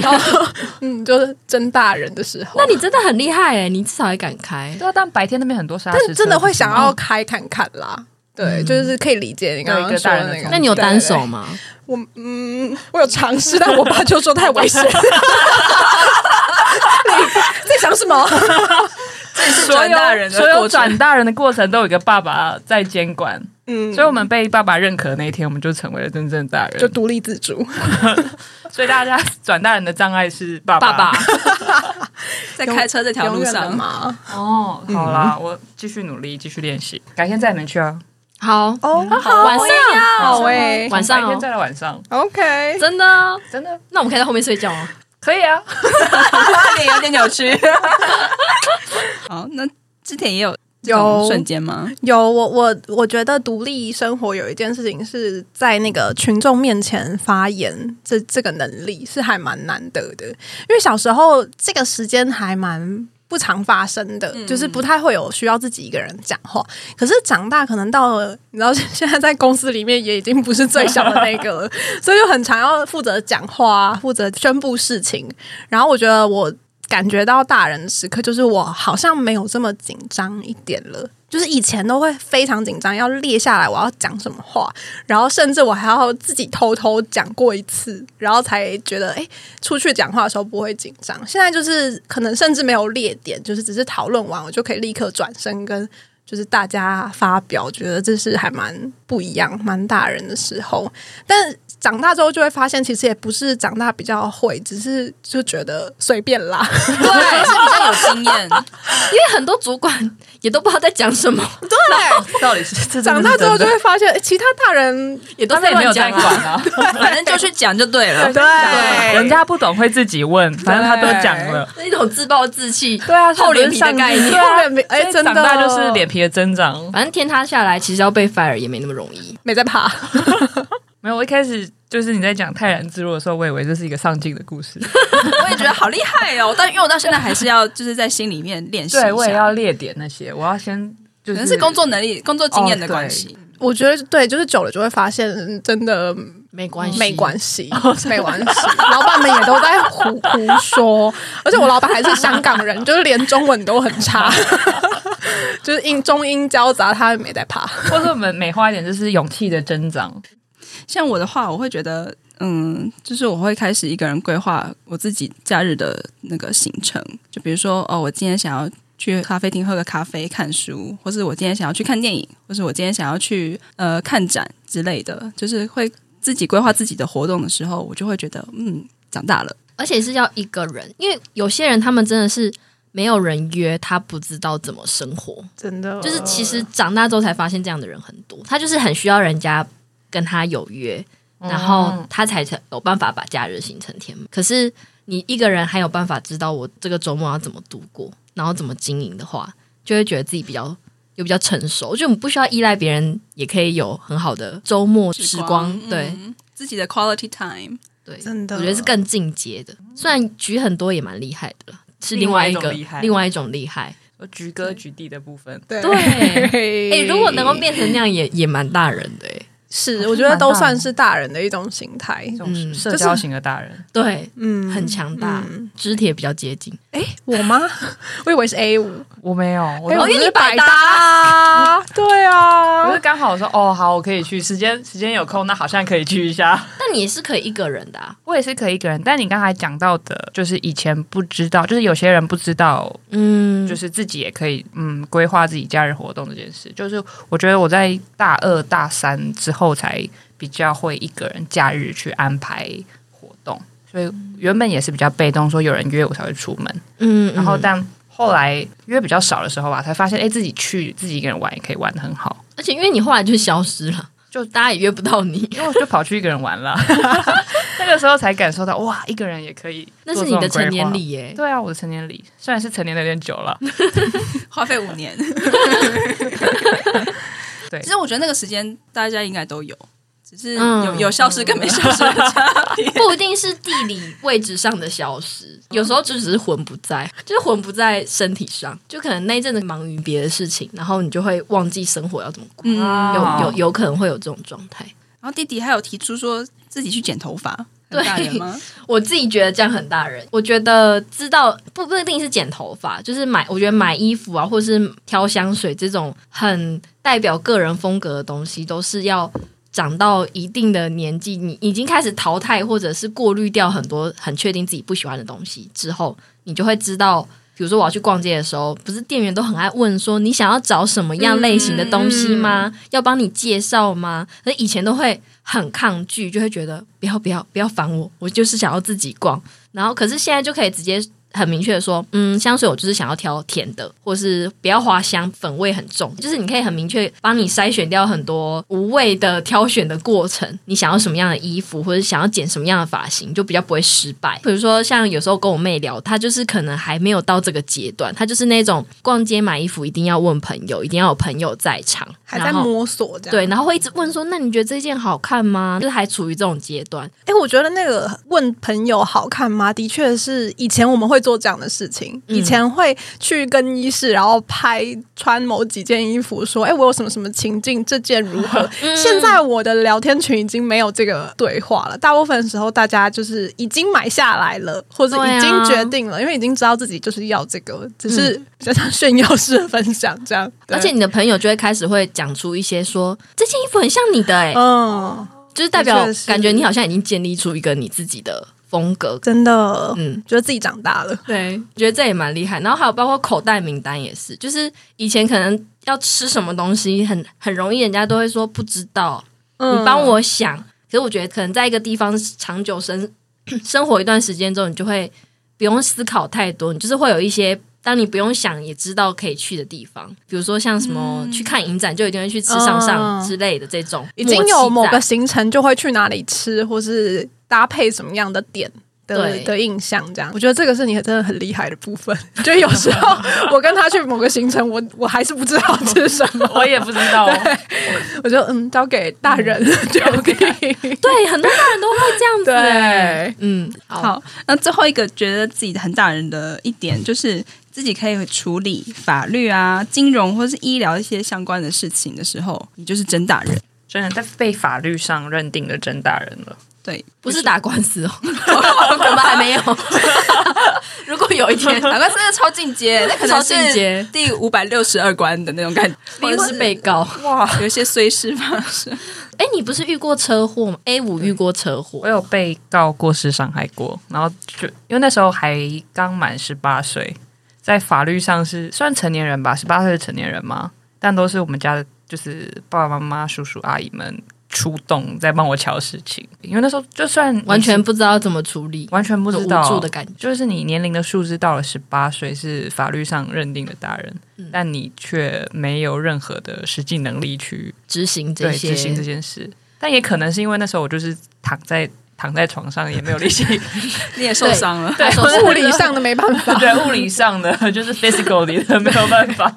Speaker 5: 然后 嗯，就是真大人的时候
Speaker 4: 那，你真的很厉害哎、你至少还敢开。
Speaker 3: 对啊，但白天那边很多沙石车，哦
Speaker 5: 但真的会想
Speaker 3: 不
Speaker 5: 要
Speaker 3: 是吗
Speaker 5: 开看看啦。对，就是可以理解你刚刚说的
Speaker 3: 嗯对一个大人
Speaker 5: 那
Speaker 3: 的
Speaker 5: 个
Speaker 3: 冲动。
Speaker 4: 那你有单
Speaker 5: 对
Speaker 4: 手？吗？
Speaker 5: 对对我嗯，我有尝试，但我爸就说太危险。 你在想什么？
Speaker 2: 是
Speaker 3: 所
Speaker 2: 转
Speaker 3: 有
Speaker 2: 大人的
Speaker 3: 所有
Speaker 2: 过程
Speaker 3: 转大人的过程都有一个爸爸在监管，
Speaker 5: 嗯，
Speaker 3: 所以我们被爸爸认可那一天，我们就成为了真正的大
Speaker 5: 就
Speaker 3: 人。
Speaker 5: 独立自主。
Speaker 3: 所以大家转大人的障碍是爸
Speaker 4: 爸爸，
Speaker 2: 在开车这条路
Speaker 5: 永远 的
Speaker 2: 上，
Speaker 5: 吗？
Speaker 3: 哦，好啦，我继续努力，继续练习，改天再你们去啊。
Speaker 4: 好，
Speaker 5: 哦，
Speaker 4: 晚上
Speaker 5: 好哎
Speaker 4: 晚上
Speaker 3: 改天
Speaker 4: 哦，
Speaker 3: 再来晚上，
Speaker 5: ，OK，
Speaker 4: 真的哦。
Speaker 3: 真的
Speaker 4: 那我们可以在后面睡觉哦。
Speaker 3: 可以啊。
Speaker 2: 脸有点扭曲。好，那之前也有这种
Speaker 5: 有
Speaker 2: 瞬间吗？
Speaker 5: 有我我我觉得独立生活有一件事情是在那个群众面前发言，这这个能力是还蛮难得的，因为小时候这个时间还蛮。不常发生的，就是不太会有需要自己一个人讲话。可是长大可能到了，你知道 现在在公司里面也已经不是最小的那个了，所以就很常要负责讲话、啊负责宣布事情。然后我觉得我感觉到大人的时刻，就是我好像没有这么紧张一点了。就是以前都会非常紧张，要列下来我要讲什么话，然后甚至我还要自己偷偷讲过一次，然后才觉得哎、诶出去讲话的时候不会紧张。现在就是可能甚至没有列点，就是只是讨论完我就可以立刻转身跟就是大家发表，觉得这是还蛮不一样、蛮大人的时候。但长大之后就会发现，其实也不是长大比较会，只是就觉得随便啦。
Speaker 4: 对， 因
Speaker 2: 比较有经验，
Speaker 4: 为很多主管也都不知道在讲什么，
Speaker 3: 到底是这
Speaker 5: 长大之后就会发现，诶其他大人
Speaker 4: 也都
Speaker 3: 他
Speaker 4: 在
Speaker 3: 们也没
Speaker 4: 乱讲
Speaker 3: 有在
Speaker 4: 啊
Speaker 3: 管啊，
Speaker 2: 反正就去讲就对 了。
Speaker 5: 对
Speaker 3: 人家不懂会自己问，反正他都讲了。
Speaker 4: 那种自暴自弃。
Speaker 5: 对啊，
Speaker 4: 厚脸皮的概念
Speaker 5: 对啊，厚脸皮哎、
Speaker 3: 所以
Speaker 5: 真的
Speaker 3: 长大就是脸皮的增长。
Speaker 4: 反正天塌下来，其实要被 fire 也没那么容易。
Speaker 5: 没在怕。
Speaker 3: 没有，我一开始就是你在讲泰然自若的时候，我以为这是一个上进的故事。
Speaker 2: 我也觉得好厉害哦，但因为我到现在还是要就是在心里面练习一下。
Speaker 3: 对，我也要列点那些，我要先就
Speaker 2: 可
Speaker 3: 啊
Speaker 2: 能
Speaker 3: 是
Speaker 2: 是工作能力、工作经验的关系。
Speaker 5: 我觉得对，就是久了就会发现，嗯真的
Speaker 4: 没关系，
Speaker 5: 没关系，没关系。老板们也都在胡胡说，而且我老板还是香港人，就是连中文都很差，就是英中英交杂，他也没在怕。
Speaker 3: 或者我们美化一点，就是勇气的增长。
Speaker 2: 像我的话，我会觉得，嗯，就是我会开始一个人规划我自己假日的那个行程，就比如说，哦，我今天想要。去咖啡厅喝个咖啡、看书，或是我今天想要去看电影，或是我今天想要去呃看展之类的，就是会自己规划自己的活动的时候，我就会觉得嗯，长大了。
Speaker 4: 而且是要一个人，因为有些人他们真的是没有人约，他不知道怎么生活。
Speaker 5: 真的
Speaker 4: 就是其实长大之后才发现这样的人很多，他就是很需要人家跟他有约，然后他才才有办法把假日行程填满。可是你一个人还有办法知道我这个周末要怎么度过，然后怎么经营的话，就会觉得自己比较又比较成熟，就我们不需要依赖别人，也可以有很好的周末时光。对
Speaker 2: 嗯自己的 quality time，
Speaker 4: 对，
Speaker 5: 真的
Speaker 4: 我觉得是更进阶的。虽然举很多也蛮厉害的啦，是另外一个
Speaker 3: 另外一种厉害
Speaker 4: 另外一种厉害。
Speaker 3: 我举歌举地的部分，
Speaker 5: 对。
Speaker 4: 对，
Speaker 5: 哎
Speaker 4: 哎、如果能够变成那样也，也蛮大人的、欸。
Speaker 5: 是，我觉得都算是大人的一种心态。
Speaker 3: 这种
Speaker 4: 嗯
Speaker 3: 社交型的大人，
Speaker 4: 对，
Speaker 5: 嗯，
Speaker 4: 很强大
Speaker 5: 嗯，
Speaker 4: 肢体也比较接近。
Speaker 5: 我吗？我以为是 A 五，
Speaker 3: 我没有，我
Speaker 5: 哎
Speaker 3: 都
Speaker 5: 我
Speaker 4: 哦，
Speaker 5: 是
Speaker 4: 因为你百搭
Speaker 5: 搭，对
Speaker 3: 我
Speaker 5: 啊
Speaker 3: 是，刚好说哦，好，我可以去，时间时间有空，那好像可以去一下。
Speaker 4: 但你也是可以一个人的、啊。
Speaker 3: 我也是可以一个人，但你刚才讲到的，就是以前不知道，就是有些人不知道，
Speaker 4: 嗯，
Speaker 3: 就是自己也可以嗯规划自己假日活动这件事。就是我觉得我在大二大三之后才比较会一个人假日去安排活动，所以原本也是比较被动，说有人约我才会出门。
Speaker 4: 嗯，嗯
Speaker 3: 然后但后来约比较少的时候吧，才发现哎、诶自己去自己一个人玩也可以玩的很好，
Speaker 4: 而且因为你后来就消失了，就大家也约不到你，
Speaker 3: 因为我就跑去一个人玩了。 那个时候才感受到哇，一个人也可以做
Speaker 4: 那
Speaker 3: 这
Speaker 4: 是
Speaker 3: 种
Speaker 4: 你的成年
Speaker 3: 规划
Speaker 4: 礼耶、
Speaker 3: 对啊，我的成年礼虽然是成年的有点久了，
Speaker 2: 花费五 年。
Speaker 3: 对
Speaker 2: 其实我觉得那个时间大家应该都有，只是有、
Speaker 4: 嗯
Speaker 2: 有消失跟没消 失的差别。
Speaker 4: 不一定是地理位置上的消失，有时候就只是魂不在，就是魂不在身体上，就可能那一阵子忙于别的事情，然后你就会忘记生活要怎么过，
Speaker 2: 嗯，
Speaker 3: 哦
Speaker 2: 有。
Speaker 4: 有有有可能会有这种状态。
Speaker 2: 然后弟弟还有提出说自己去剪头发，很
Speaker 4: 对
Speaker 2: 大人 吗？
Speaker 4: 我自己觉得这样很大人。我觉得知道不不一啊定是剪头发，啊就是买，我觉得买衣服啊，或是挑香水这种很代表个人风格的东西，都是要长到一定的年纪，你已经开始淘汰或者是过滤掉很多很确定自己不喜欢的东西之后，你就会知道。比如说我要去逛街的时候，不是店员都很爱问说你想要找什么样类型的东西吗？要帮你介绍吗？那以前都会很抗拒，就会觉得不要不要不要烦我，我就是想要自己逛。然后可是现在就可以直接很明确的说，嗯，香水我就是想要挑甜的，或是不要花香，粉味很重，就是你可以很明确帮你筛选掉很多无谓的挑选的过程。你想要什么样的衣服，或者想要剪什么样的发型，就比较不会失败。比如说像有时候跟我妹聊，她就是可能还没有到这个阶段，她就是那种逛街买衣服一定要问朋友，一定要有朋友在场，
Speaker 5: 还在
Speaker 4: 然后
Speaker 5: 摸索这样。
Speaker 4: 对，然后会一直问说：“那你觉得这件好看吗？”就是还处于这种阶段，
Speaker 5: 哎、我觉得那个问朋友好看吗？的确是以前我们会做这样的事情，
Speaker 4: 嗯
Speaker 5: 以前会去更衣室，然后拍穿某几件衣服，说：“哎、我有什么什么情境，这件如 何？”
Speaker 4: 嗯
Speaker 5: 现在我的聊天群已经没有这个对话了，大部分时候大家就是已经买下来了，或者
Speaker 4: 对啊
Speaker 5: 已经决定了，因为已经知道自己就是要这个，只是比较像炫耀式的分享这样。对
Speaker 4: 嗯而且你的朋友就会开始会讲出一些说：“这件衣服很像你的、欸，哎、
Speaker 5: 嗯，
Speaker 4: 就是代表
Speaker 5: 的确是
Speaker 4: 感觉你好像已经建立出一个你自己的风格。
Speaker 5: 真的，
Speaker 4: 嗯，
Speaker 5: 觉得自己长大了。
Speaker 4: 对，觉得这也蛮厉害。然后还有包括口袋名单也是，就是以前可能要吃什么东西很很容易，人家都会说不知道，
Speaker 5: 嗯
Speaker 4: 你帮我想。可是我觉得，可能在一个地方长久生 生活一段时间之后，你就会不用思考太多，你就是会有一些当你不用想也知道可以去的地方，比如说像什么、去看影展就一定会去吃上上
Speaker 5: 嗯
Speaker 4: 之类的这种，
Speaker 5: 已经有某
Speaker 4: 默
Speaker 5: 个
Speaker 4: 契在
Speaker 5: 行程就会去哪里吃，或是搭配什么样的点。的
Speaker 4: 对
Speaker 5: 的印象这样，我觉得这个是你真的很厉害的部分。 就有时候我跟他去某个行程，我我还是不知道吃什么，
Speaker 3: 我也不知道哦，
Speaker 5: 我就嗯交给大人 就可 以。
Speaker 4: 嗯对很多大人都会这样子、欸，
Speaker 5: 对，
Speaker 4: 嗯，
Speaker 2: 好，那最后一个觉得自己很大人的一点就是自己可以处理法律啊、金融或是医疗一些相关的事情的时候，你就是真大人。
Speaker 3: 真的在被法律上认定的真大人了。
Speaker 2: 对，
Speaker 4: 不是打官 司哦，我们还没有。如果有一天，
Speaker 2: 法啊官真的超进阶， 那可能
Speaker 4: 超进
Speaker 2: 是
Speaker 4: 阶
Speaker 2: 第五百六十二关的那种感觉，
Speaker 4: 或者是 被告，
Speaker 2: 哇，有一些虽事 发生。
Speaker 4: 哎、你不是遇过车祸吗？A 五遇过车
Speaker 3: 我
Speaker 4: 祸，
Speaker 3: 有被告过失伤害过，然后就因为那时候还刚满十八岁，在法律上是算成年人吧，十八岁的成年人嘛，但都是我们家的，就是爸爸妈妈、叔叔阿姨们出动在帮我瞧事情，因为那时候就算你
Speaker 4: 完全不知道怎么处理，
Speaker 3: 完全不
Speaker 4: 很
Speaker 3: 知
Speaker 4: 无
Speaker 3: 道
Speaker 4: 助的感觉。
Speaker 3: 就是你年龄的数字到了十八岁是法律上认定的大人，但你却没有任何的实际能力去
Speaker 4: 执行这
Speaker 3: 对
Speaker 4: 些，
Speaker 3: 执行这件事。但也可能是因为那时候我就是躺在 躺在床上，也没有力气，
Speaker 2: 你也受伤了，
Speaker 4: 对，
Speaker 5: 物理 上的没办法。
Speaker 3: 对物理上的就是 physical 里的没有办法。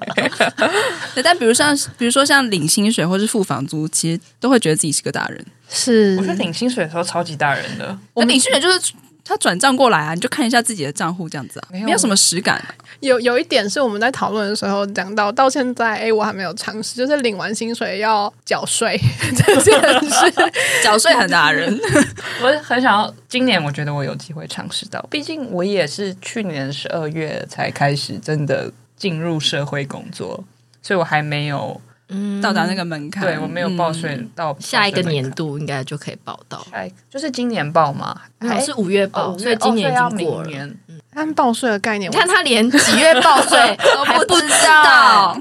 Speaker 2: 对但比如像，比如说像领薪水或是付房租，其实都会觉得自己是个大人。
Speaker 5: 是
Speaker 3: 我觉得领薪水的时候超级大人的，
Speaker 2: 我领薪水就是他转账过来啊，你就看一下自己的账户这样子啊，
Speaker 3: 没
Speaker 2: 没
Speaker 3: 有
Speaker 2: 有什么实感、
Speaker 5: 有有一点是我们在讨论的时候讲到，到现在哎、诶我还没有尝试，就是领完薪水要缴税这件事。
Speaker 2: 缴税很大人。
Speaker 3: 我很想要今年，我觉得我有机会尝试到，毕竟我也是去年十二月才开始真的进入社会工作，所以我还没有
Speaker 4: 嗯
Speaker 2: 到达那个门槛，嗯
Speaker 3: 对我没有报税到
Speaker 4: 下一个年
Speaker 3: 度，
Speaker 4: 度应该就可以报到，
Speaker 3: 嗯下一个就是今年报嘛，
Speaker 4: 好像
Speaker 3: 还
Speaker 4: 是五月报，
Speaker 3: 哦
Speaker 4: 所以今年已
Speaker 3: 哦所
Speaker 4: 经
Speaker 3: 以要
Speaker 4: 过
Speaker 3: 明
Speaker 4: 了。
Speaker 3: 年
Speaker 5: 按报税的概念，
Speaker 4: 你看他连几月报 税都
Speaker 2: 还不
Speaker 4: 不
Speaker 2: 知道，，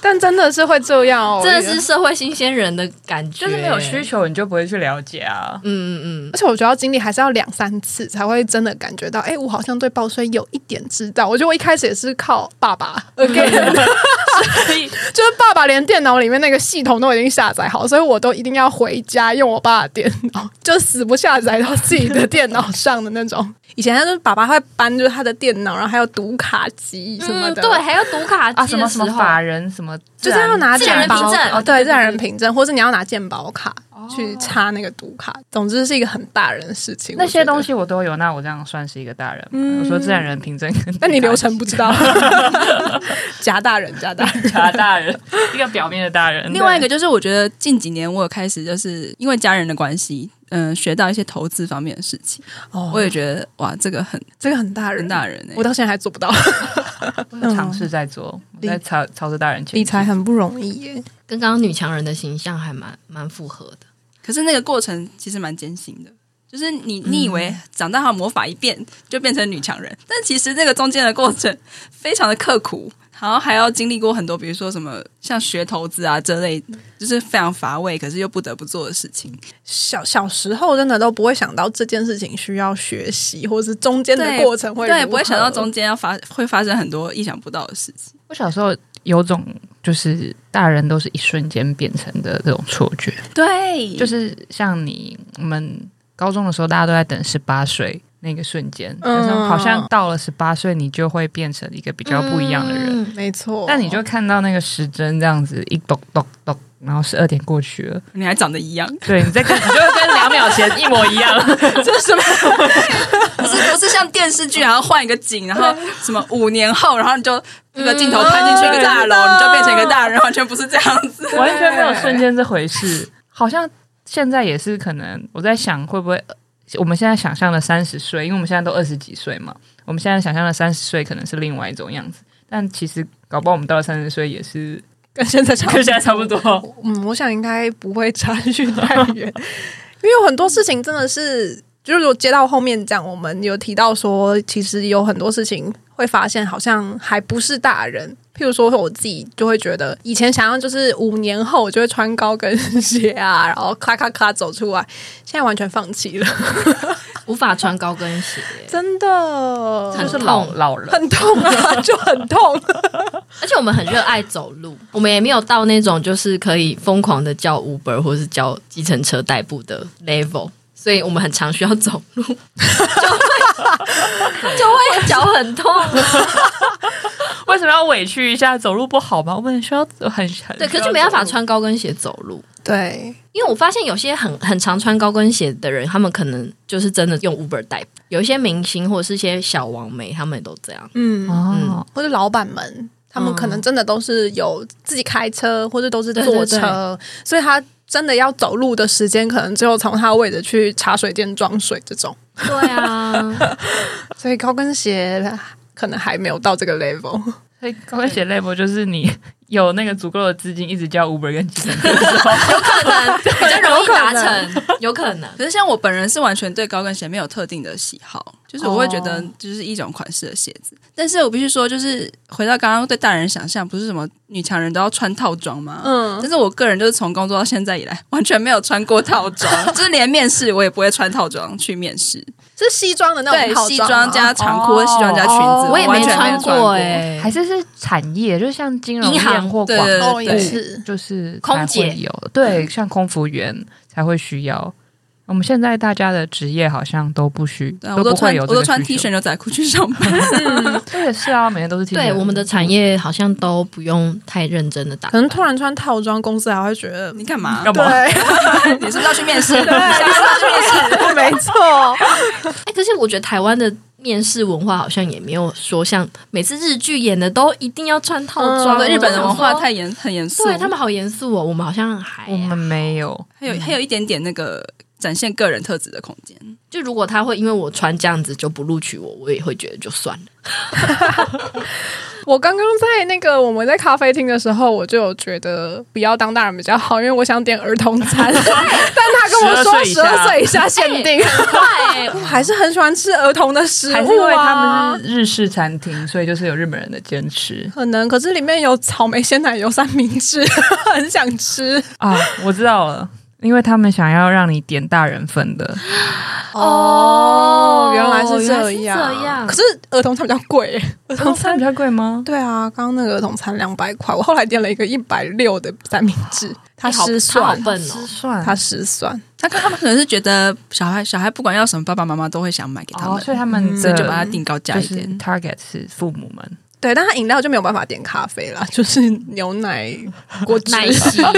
Speaker 5: 但真的是会这样哦，
Speaker 4: 真的是。社会新鲜人的感觉，
Speaker 3: 就是没有需。求，你就不会去了解啊。
Speaker 4: 嗯嗯嗯
Speaker 5: 而，且我觉得要经历还是要两三次才会真的感觉到，哎、我好像对报税有一点知道。我觉得我一开始也是靠爸爸 again，就是爸爸连电脑里面那个系统都已经下载好，所以我都一定要回家用我爸的电脑，就死不下载到自己的电脑上的那种。 以前他就是爸爸会搬就是他的电脑，然后还有读卡机什么
Speaker 4: 嗯，
Speaker 5: 的，
Speaker 4: 对，还要读卡
Speaker 3: 啊，
Speaker 4: 机
Speaker 3: 什么
Speaker 4: 的
Speaker 3: 什
Speaker 4: 时
Speaker 3: 么
Speaker 4: 候，
Speaker 3: 法人什么自
Speaker 5: 就
Speaker 3: 然，
Speaker 5: 是要拿
Speaker 4: 自然
Speaker 5: 健保
Speaker 4: 凭证哦
Speaker 5: 哦，对，自然人凭证，或是你要拿健保卡去插那个读卡。总之是一个很大人的事情。
Speaker 3: 那
Speaker 5: 我觉
Speaker 3: 些
Speaker 5: 得
Speaker 3: 东，西我都有，那我这样算是一个大人吗？
Speaker 4: 嗯
Speaker 3: 我说自然人凭证 跟
Speaker 5: 但你流程不知道，假大人，假大人。
Speaker 3: 查大人，一个表面的 大人，
Speaker 2: 另外一个就是，我觉得近几年我有开始，就是因为家人的关系，嗯、学到一些投资方面的事情。
Speaker 5: 哦
Speaker 2: 我也觉得哇，这个很
Speaker 5: 这个很大人，
Speaker 2: 很大人哎、
Speaker 5: 我到现在还做不到。
Speaker 3: 我
Speaker 4: 嗯
Speaker 3: 有尝试在做，我在朝朝着大人前进
Speaker 5: 理财很不容易耶，
Speaker 4: 跟刚刚女强人的形象还蛮蛮符合的。
Speaker 2: 可是那个过程其实蛮艰辛的。就是你，你以为长大后魔法一变就变成女强人，但其实那个中间的过程非常的刻苦，然后还要经历过很多，比如说什么像学投资啊这类，就是非常乏味，可是又不得不做的事情。
Speaker 5: 小小时候真的都不会想到这件事情需要学习，或是中间的
Speaker 2: 对
Speaker 5: 过程会
Speaker 2: 对，
Speaker 5: 如
Speaker 2: 不会想
Speaker 5: 何
Speaker 2: 到中间要发会发生很多意想不到的事情。
Speaker 3: 我小时候有种就是大人都是一瞬间变成的这种错觉，
Speaker 2: 对
Speaker 3: 就是是像你我们高中的时候，大家都在等十八岁那个瞬间，但是好像到了十八岁，你就会变成一个比较不一样的人。
Speaker 4: 嗯
Speaker 5: 没错。
Speaker 3: 但你就看到那个时针这样子一咚咚咚，然后十二点过去了，
Speaker 2: 你还长得一样，
Speaker 3: 对你再跟你就会跟两秒前一模一样，
Speaker 2: 这是什么？不是不是像电视剧，然后换一个景，然后什么五年后，然后你就那个镜头拍进去一个大 楼，你就变成一个大人，完全不是这样子。
Speaker 3: 完全没有瞬间这回事。好像现在也是可能，我在想会不会呃我们现在想象的三十岁，因为我们现在都二十几岁嘛，我们现在想象的三十岁可能是另外一种样子，但其实搞不好我们到了三十岁也是
Speaker 5: 跟现在差不
Speaker 3: 跟
Speaker 5: 多
Speaker 3: 现在差不多。
Speaker 5: 嗯，我想应该不会差距太远， 因为有很多事情真的是，就是我接到后面讲，我们有提到说，其实有很多事情会发现好像还不是大人譬如说，我自己就会觉得，以前想要就是五年后我就会穿高跟鞋啊，然后咔咔咔走出来，现在完全放弃了，
Speaker 4: 无法穿高跟鞋，
Speaker 5: 真的
Speaker 4: 很
Speaker 3: 就是老
Speaker 4: 痛。
Speaker 3: 老 人，
Speaker 5: 很痛啊，就很痛。
Speaker 4: 而且我们很热爱走路，我们也没有到那种就是可以疯狂的叫 Uber 或是叫计程车代步的 level，所以我们很常需要走 路，就会就会脚很 痛。
Speaker 3: 为什么要委屈一下？走路不好吗？我们很需要很很
Speaker 4: 对，可
Speaker 3: 需
Speaker 4: 是
Speaker 3: 要
Speaker 4: 没办法
Speaker 3: 走路
Speaker 4: 穿高跟鞋走路。
Speaker 5: 对，
Speaker 4: 因为我发现有些很很常穿高跟鞋的人，他们可能就是真的用 Uber 代步。有一些明星或者是一些小王媒，他们也都这样。
Speaker 5: 嗯，
Speaker 3: 哦。
Speaker 5: 或者老板们，他们可能真的都是有自己开车，或者都是
Speaker 4: 对
Speaker 5: 坐
Speaker 4: 对
Speaker 5: 车，
Speaker 4: 对
Speaker 5: 所以他真的要走路的时间，可能只有从他位置去茶水间装水这种。
Speaker 4: 对啊，
Speaker 5: 所以高跟鞋可能还没有到这个 level。
Speaker 3: 所以高跟鞋 level 就是你有那个足够的资金，一直叫 Uber 跟计程车的时候，
Speaker 4: 可 能比较容易达
Speaker 5: 有可
Speaker 4: 成，有可能。
Speaker 2: 可是像我本人是完全对高跟鞋没有特定的喜好，就是我会觉得就是一种款式的鞋子。但是我必须说，就是回到刚刚对大人想象，不是什么女强人都要穿套装吗？
Speaker 5: 嗯，
Speaker 2: 但是我个人就是从工作到现在以来，完全没有穿过套装，就是连面试我也不会穿套装去面试。
Speaker 5: 是西装的那种
Speaker 2: 对，
Speaker 5: 套
Speaker 2: 西
Speaker 5: 装
Speaker 2: 装
Speaker 5: 啊吗
Speaker 2: 加长裤，
Speaker 3: 哦
Speaker 2: 西装加裙
Speaker 5: 哦
Speaker 2: 子，
Speaker 4: 我也
Speaker 2: 完
Speaker 4: 没
Speaker 2: 全没
Speaker 4: 穿
Speaker 2: 有穿过。
Speaker 4: 哎、
Speaker 3: 还是是产业，就是像金融
Speaker 4: 银行
Speaker 3: 业或
Speaker 2: 对
Speaker 3: 广
Speaker 2: 对
Speaker 5: 哦，
Speaker 2: 对
Speaker 5: 也
Speaker 2: 对
Speaker 5: 是。
Speaker 3: 就是
Speaker 4: 空
Speaker 3: 才
Speaker 4: 姐
Speaker 3: 会有，
Speaker 2: 嗯
Speaker 3: 对，像空服员才会需要。我们现在大家的职业好像都不需，
Speaker 2: 对啊我
Speaker 3: 不
Speaker 2: 都
Speaker 3: 会
Speaker 2: 穿
Speaker 3: 有
Speaker 2: 我
Speaker 3: 这个
Speaker 2: 都穿
Speaker 3: 需
Speaker 2: T
Speaker 3: 求
Speaker 2: 恤。牛仔裤去上班，
Speaker 3: 对，也是啊，每天都是 T 恤。
Speaker 4: 对我们的产业好像都不用太认真的打
Speaker 5: 可能突然穿套装，公司还会觉得
Speaker 2: 你干 嘛？
Speaker 3: 干嘛
Speaker 5: 对
Speaker 2: 你是不是要去面 试？
Speaker 5: 对， 没错，
Speaker 4: 哎、可是我觉得台湾的面试文化好像也没有说像每次日剧演的都一定要穿套装、
Speaker 5: 嗯
Speaker 2: 日本的文化
Speaker 4: 我想
Speaker 2: 太严很严肃，
Speaker 4: 说对他们好严肃哦，我们好像还
Speaker 3: 嗯我们没有，
Speaker 2: 还有还有一点点那个展现个人特质的空间。
Speaker 4: 就如果他会因为我穿这样子就不录取我，我也会觉得就算了。
Speaker 5: 我刚刚在那个我们在咖啡厅的时候，我就有觉得不要当大人比较好，因为我想点儿童 餐，但他跟我说十
Speaker 3: 12
Speaker 5: 二岁
Speaker 3: 岁
Speaker 5: 以下限定，
Speaker 4: 对，
Speaker 5: 哎我还是很喜欢吃儿童的
Speaker 2: 哎
Speaker 5: 食物、啊，
Speaker 3: 还是因为他
Speaker 2: 啊
Speaker 3: 们是日式餐厅，所以就是有日本人的坚持
Speaker 5: 可能，可是里面有草莓鲜奶油三明治， 很想吃
Speaker 3: 啊。我知道了，因为他们想要让你点大人份的，
Speaker 5: 哦原来是这
Speaker 4: 原来是这样
Speaker 5: 可是儿童餐比较贵耶，儿
Speaker 3: 中
Speaker 5: 童
Speaker 3: 哦餐
Speaker 5: 餐
Speaker 3: 比较贵吗？
Speaker 5: 对啊，刚刚那个儿童餐两百块，我后来点了一个一百六的三明治，它
Speaker 4: 好
Speaker 5: 失
Speaker 4: 好
Speaker 5: 算，
Speaker 4: 笨
Speaker 3: 吃
Speaker 4: 哦。
Speaker 3: 算
Speaker 5: 它失算，
Speaker 2: 他他们可能是觉得小孩小孩不管要什么，爸爸妈妈都会想买给他
Speaker 3: 哦，
Speaker 2: 们，
Speaker 3: 所以他们
Speaker 2: 所
Speaker 3: 的
Speaker 2: 以就把它定高价
Speaker 3: 就
Speaker 2: 一
Speaker 3: 是
Speaker 2: 点。
Speaker 3: target 是父母们。
Speaker 5: 对，但它饮料就没有办法点咖啡啦， 就是牛奶 果汁。
Speaker 4: 奶昔，
Speaker 2: 来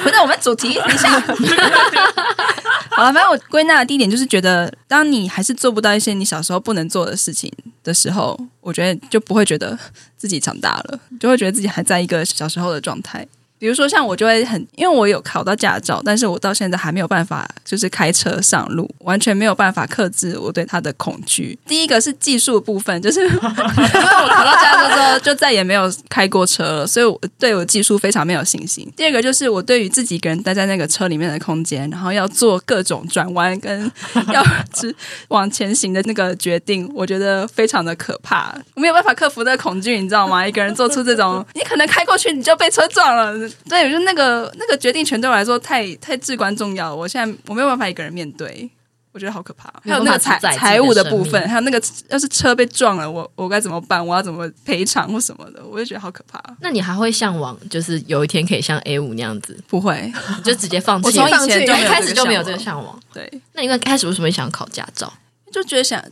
Speaker 2: 回到哎我们主题一下。 好了，反正我归纳的第一点就是觉得，当你还是做不到一些你小时候不能做的事情的时候，我觉得就不会觉得自己长大了，就会觉得自己还在一个小时候的状态。比如说像我就会很，因为我有考到驾照，但是我到现在还没有办法就是开车上路，完全没有办法克制我对它的恐惧。第一个是技术部分，就是因为我考到驾照之后就再也没有开过车了，所以我对我技术非常没有信心。第二个就是我对于自己一个人待在那个车里面的空间，然后要做各种转弯跟 要直往前行的那个决定，我觉得非常的可怕，我没有办法克服那个恐惧，你知道吗？一个人做出这 种，你可能开过去你就被车撞了，对，就是那个那个决定权对我来说太太至关重要了，我现在我没有办法一个人面对。我觉得好可怕，还
Speaker 4: 没有
Speaker 2: 有
Speaker 4: 办
Speaker 2: 那
Speaker 4: 法
Speaker 2: 个财
Speaker 4: 主宰自己的
Speaker 2: 财务的
Speaker 4: 生
Speaker 2: 部
Speaker 4: 命
Speaker 2: 分，还有那个要是车被撞了，我我该怎么办？我要怎么赔偿或什么的？我就觉得好可怕。
Speaker 4: 那你还会向往，就是有一天可以像 A 五那样 子，
Speaker 2: 不会，
Speaker 4: 你就直接放弃？
Speaker 2: 我从
Speaker 5: 放
Speaker 2: 以
Speaker 5: 弃
Speaker 2: 前就
Speaker 5: 对
Speaker 2: 没
Speaker 4: 一
Speaker 2: 有
Speaker 4: 开始就没有
Speaker 2: 这
Speaker 4: 这
Speaker 2: 个
Speaker 4: 个
Speaker 2: 向
Speaker 4: 向往。
Speaker 2: 往，对，
Speaker 4: 那你一开始为什么想考驾照？
Speaker 2: 就觉得想，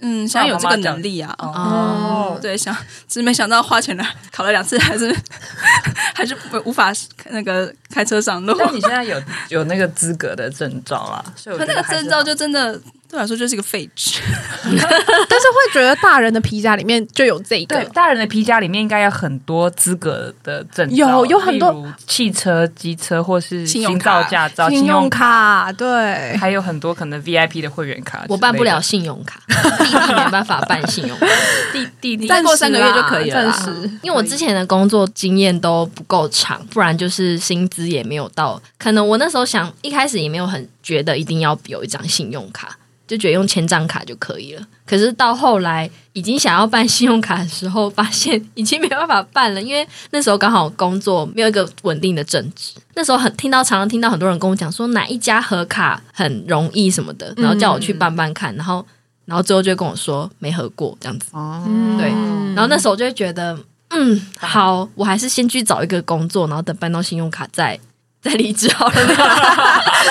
Speaker 2: 嗯，想有这个能力啊，哦
Speaker 4: 哦，
Speaker 2: 对，想只是没想到花钱了，考了两次还是 还是不无法那个开车上路。
Speaker 3: 但你现在有有那个资格的证照啦，所以我
Speaker 2: 可
Speaker 3: 觉
Speaker 2: 那
Speaker 3: 得
Speaker 2: 个
Speaker 3: 还是
Speaker 2: 证照就真的对我来说就是一个废纸，
Speaker 5: 但是会觉得大人的皮夹里面就有这
Speaker 3: 对
Speaker 5: 个，
Speaker 3: 大人的皮夹里面应该有很多资格的证照，
Speaker 5: 有有很多
Speaker 3: 例如汽车、机车或是
Speaker 2: 信用
Speaker 3: 新
Speaker 2: 卡
Speaker 3: 造驾照、
Speaker 5: 信用
Speaker 3: 卡，
Speaker 5: 卡，对，
Speaker 3: 还有很多可能 VIP 的会员卡之类的。
Speaker 4: 我办不了信用卡， 弟弟没办法办信用卡，啊
Speaker 3: 弟弟弟
Speaker 2: 再过三个月就可以了啦。
Speaker 5: 暂时
Speaker 4: 因为我之前的工作经验都不够长，不然就是薪资也没有到。可能我那时候想，一开始也没有很觉得一定要有一张信用卡，就觉得用千张卡就可以了。可是到后来已经想要办信用卡的时候，发现已经没办法办了，因为那时候刚好工作没有一个稳定的正职。那时候很听到常常听到很多人跟我讲说哪一家合卡很容易什么的，然后叫我去办办看，然后然后最后就跟我说没合过这样子。
Speaker 3: 哦，
Speaker 5: 嗯
Speaker 4: 对然后那时候就会觉得，嗯，好，我还是先去找一个工作，然后等办到信用卡再 再离职好了。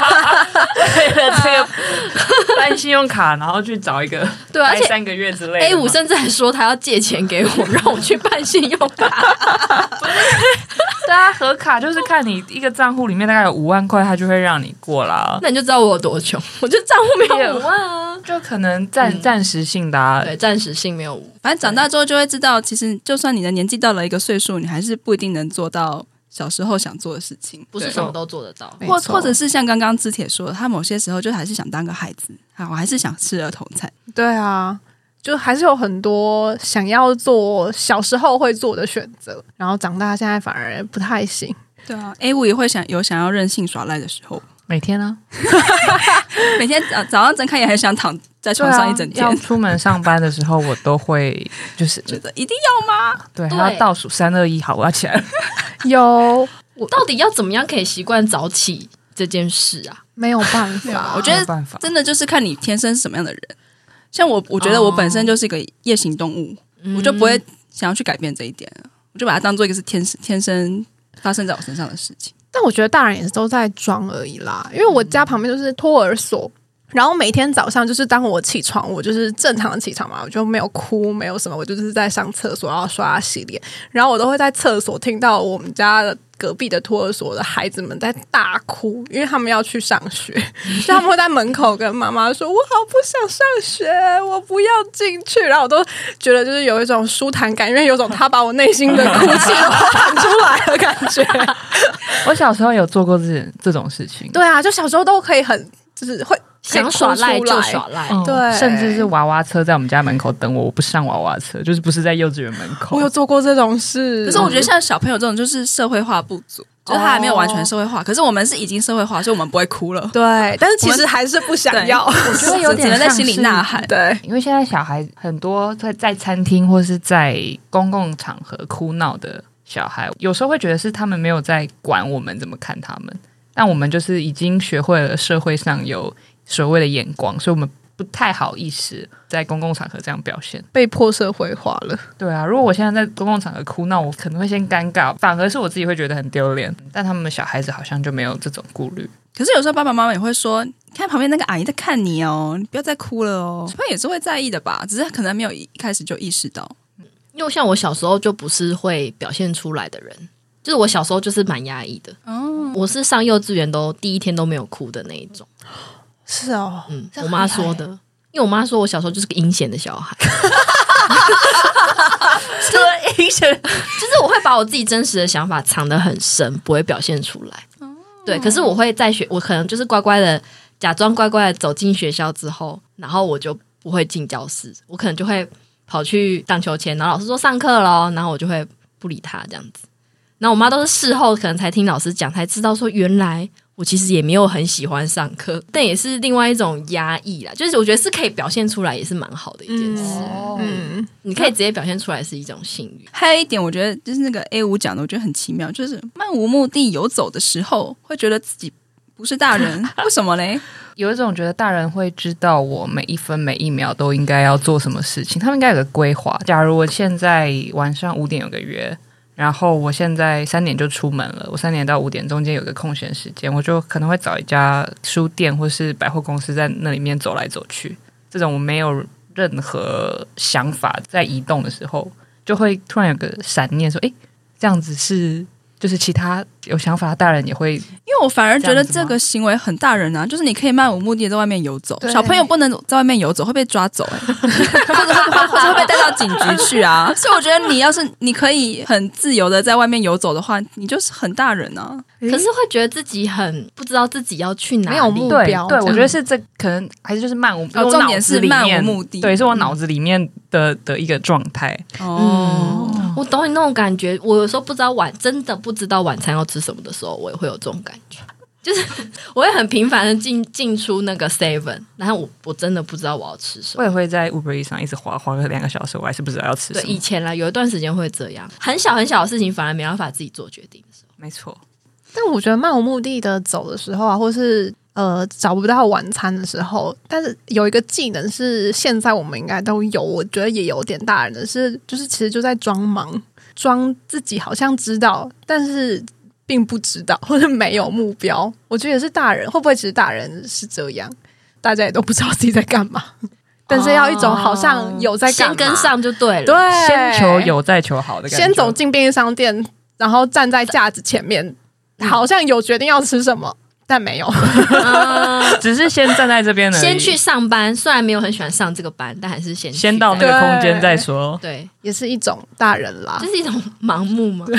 Speaker 3: 为了 这个办信用卡，然后去找一个
Speaker 4: 对，啊而
Speaker 3: 待
Speaker 4: 且
Speaker 3: 三个月之类的吗。
Speaker 4: A 五甚至还说他要借钱给我，让我去办信用卡。
Speaker 3: 对啊，合卡就是看你一个账户里面大概有五万块，他就会让你过 啦。
Speaker 4: 那你就知道我有多穷，我就账户没有五万啊。
Speaker 3: 就可能暂
Speaker 4: 嗯
Speaker 3: 暂时性的、啊，
Speaker 4: 对，暂时性没有五，
Speaker 2: 反正长大之后就会知道，其实就算你的年纪到了一个岁数，你还是不一定能做到小时候想做的事情。
Speaker 4: 不是什么都做得到。
Speaker 2: 或
Speaker 5: 没错
Speaker 2: 或者是像刚刚之铁说的，他某些时候就还是想当个孩子，啊，我还是想吃儿童餐。
Speaker 5: 对啊，就还是有很多想要做小时候会做的选择，然后长大现在反而不太行。
Speaker 2: 对啊，A 五也会想有想要任性耍赖的时候，
Speaker 3: 每天啊呢、
Speaker 2: 每天早早上睁开眼还想躺在
Speaker 3: 对
Speaker 2: 床上一整天，
Speaker 3: 啊、要出门上班的时候，我都会就是
Speaker 2: 觉得一定要吗？
Speaker 3: 对，
Speaker 4: 对
Speaker 3: 还要倒数三二一，好，我要起来了。
Speaker 5: 有
Speaker 4: 到底要怎么样可以习惯早起这件事啊？
Speaker 5: 没有办
Speaker 2: 对啊
Speaker 5: 法？
Speaker 2: 我觉
Speaker 3: 没有
Speaker 2: 得
Speaker 3: 办法，
Speaker 2: 真的就是看你天生是什么样的人。像我，我觉得我本身就是一个夜行动物，我就不
Speaker 4: 嗯
Speaker 2: 会想要去改变这一点，我就把它当做一个是天生天生发生在我身上的事情。
Speaker 5: 但我觉得大人也是都在装而已啦，因为我家旁边就是托儿所。然后每天早上就是当我起床，我就是正常的起床嘛，我就没有哭，没有什么，我就是在上厕所，然后刷牙洗脸，然后我都会在厕所听到我们家的隔壁的托儿所的孩子们在大哭，因为他们要去上学，所以他们会在门口跟妈妈说：“我好不想上学，我不要进去。”然后我都觉得就是有一种舒坦感，因为有种他把我内心的哭泣都 喊出来的感觉。
Speaker 3: 我小时候有做过这这种事情，
Speaker 5: 对啊，就小时候都可以很，就是会
Speaker 4: 想耍赖就耍，赖，
Speaker 3: 嗯
Speaker 5: 对
Speaker 3: 甚至是娃娃车在我们家门口等我，我不上娃娃车，就是不是在幼稚园门
Speaker 5: 可以哭出来
Speaker 3: 口。
Speaker 5: 我有做过这种事，
Speaker 2: 可是我觉得像小朋友这种就是社会化不足，就是他还没有完全社会化。可是我们是已经社会化，所以我们不会哭了，
Speaker 5: 对，但是其
Speaker 2: 我
Speaker 5: 实
Speaker 2: 们
Speaker 5: 还是不想 要，
Speaker 2: 我
Speaker 3: 觉得有点
Speaker 2: 只 能在
Speaker 3: 像
Speaker 2: 心里
Speaker 3: 是
Speaker 2: 呐喊。
Speaker 5: 对，
Speaker 3: 因为现在小孩很多在在餐厅或是在公共场合哭闹的小孩，有时候会觉得是他们没有在管我们怎么看他们，但我们就是已经学会了社会上有所谓的眼光，所以我们不太好意思在公共场合这样表现。
Speaker 5: 被迫社会化了。
Speaker 3: 对啊，如果我现在在公共场合哭闹，我可能会先尴尬，反而是我自己会觉得很丢脸。但他们的小孩子好像就没有这种顾虑，
Speaker 2: 可是有时候爸爸妈妈也会说：“你看旁边那个阿姨在看你哦，你不要再哭了哦。”小朋友也是会在意的吧，只是可能没有一开始就意识到。
Speaker 4: 因为像我小时候就不是会表现出来的人，就是我小时候就是蛮压抑的。哦，我是上幼稚园都第一天都没有哭的那一种。
Speaker 5: 是哦，
Speaker 4: 嗯，我妈说的，因为我妈说我小时候就是个阴险的小 孩。对，阴险， 就是我会把我自己真实的想法藏得很深，不会表现出来。对，可是我会在学，我可能就是乖乖的，假装乖乖的走进学校之后，然后我就不会进教室，我可能就会跑去荡秋千，然后老师说上课喽，然后我就会不理他这样子。然后我妈都是事后可能才听老师讲，才知道说原来我其实也没有很喜欢上课，但也是另外一种压抑啦。就是我觉得是可以表现出来，也是蛮好的一件事。
Speaker 5: 嗯，
Speaker 4: 你可以直接表现出来是一种幸运。
Speaker 2: 还有一点，我觉得就是那个 A 五讲的，我觉得很奇妙，就是漫无目的游走的时候，会觉得自己不是大人，为什么嘞？
Speaker 3: 有一种觉得大人会知道我每一分每一秒都应该要做什么事情，他们应该有个规划。假如我现在晚上五点有个约，然后我现在三点就出门了，我三点到五点中间有个空闲时间，我就可能会找一家书店或是百货公司，在那里面走来走去。这种我没有任何想法在移动的时候，就会突然有个闪念说：“诶，这样子是。”就是其他有想法的大人也会
Speaker 2: 因为我反而觉
Speaker 3: 这
Speaker 2: 得
Speaker 3: 样子吗
Speaker 2: 这个行为很大人啊，就是你可以漫无目的地在外面游走，
Speaker 5: 对
Speaker 2: 小朋友不能在外面游走，会被抓走、欸，或者会或者会被带到警局去啊。所以我觉得你要是你可以很自由的在外面游走的话，你就是很大人啊。
Speaker 4: 可是会觉得自己很不知道自己要去哪里，
Speaker 5: 嗯没有目
Speaker 3: 对
Speaker 5: 标
Speaker 3: 对，
Speaker 5: 这
Speaker 3: 我
Speaker 5: 样
Speaker 3: 觉得是这可能还是就是漫无，
Speaker 2: 哦
Speaker 3: 我
Speaker 2: 重
Speaker 3: 脑
Speaker 2: 点
Speaker 3: 子
Speaker 2: 是
Speaker 3: 里
Speaker 2: 漫无
Speaker 3: 面
Speaker 2: 目的
Speaker 3: 对，是我脑子里面的的一个状态。
Speaker 2: 哦，
Speaker 4: 我懂你那种感觉。我有时候不知道晚真的不知道晚餐要吃什么的时候，我也会有这种感觉。 我会很频繁的进进出那个 Seven，然后我我真的不知道我要吃什么
Speaker 3: 我。也会在 Uber E 上一直滑滑个两个小时，我还是不知道要吃
Speaker 4: 对，
Speaker 3: 什
Speaker 4: 以
Speaker 3: 么。
Speaker 4: 前啦，有一段时间会这样，很小很小的事情反而没办法自己做决定的时候。
Speaker 3: 没错，
Speaker 5: 但我觉得漫无目的的走的时候啊，或是呃找不到晚餐的时候，但是有一个技能是现在我们应该都有，我觉得也有点大人的是，就是其实就在装忙，装自己好像知道，但是并不知道或者没有目标。我觉得也是大人，会不会其实大人是这样，大家也都不知道自己在干嘛， 但是要一种好像有在干嘛，
Speaker 4: 哦先跟上就对了。
Speaker 5: 对，
Speaker 3: 先求有再求好的感觉。
Speaker 5: 先走进便利商店，然后站在架子前面，好像有决定要吃什么，但 没有。
Speaker 4: 嗯
Speaker 3: 只是先站在这边而已
Speaker 4: 先去上班，虽然没有很喜欢上这个班，但还是先去
Speaker 3: 先到那
Speaker 4: 这样
Speaker 3: 个空间再说。
Speaker 4: 对，
Speaker 5: 也是一种大人啦
Speaker 3: 啊
Speaker 4: 这。是一种盲目吗？ 不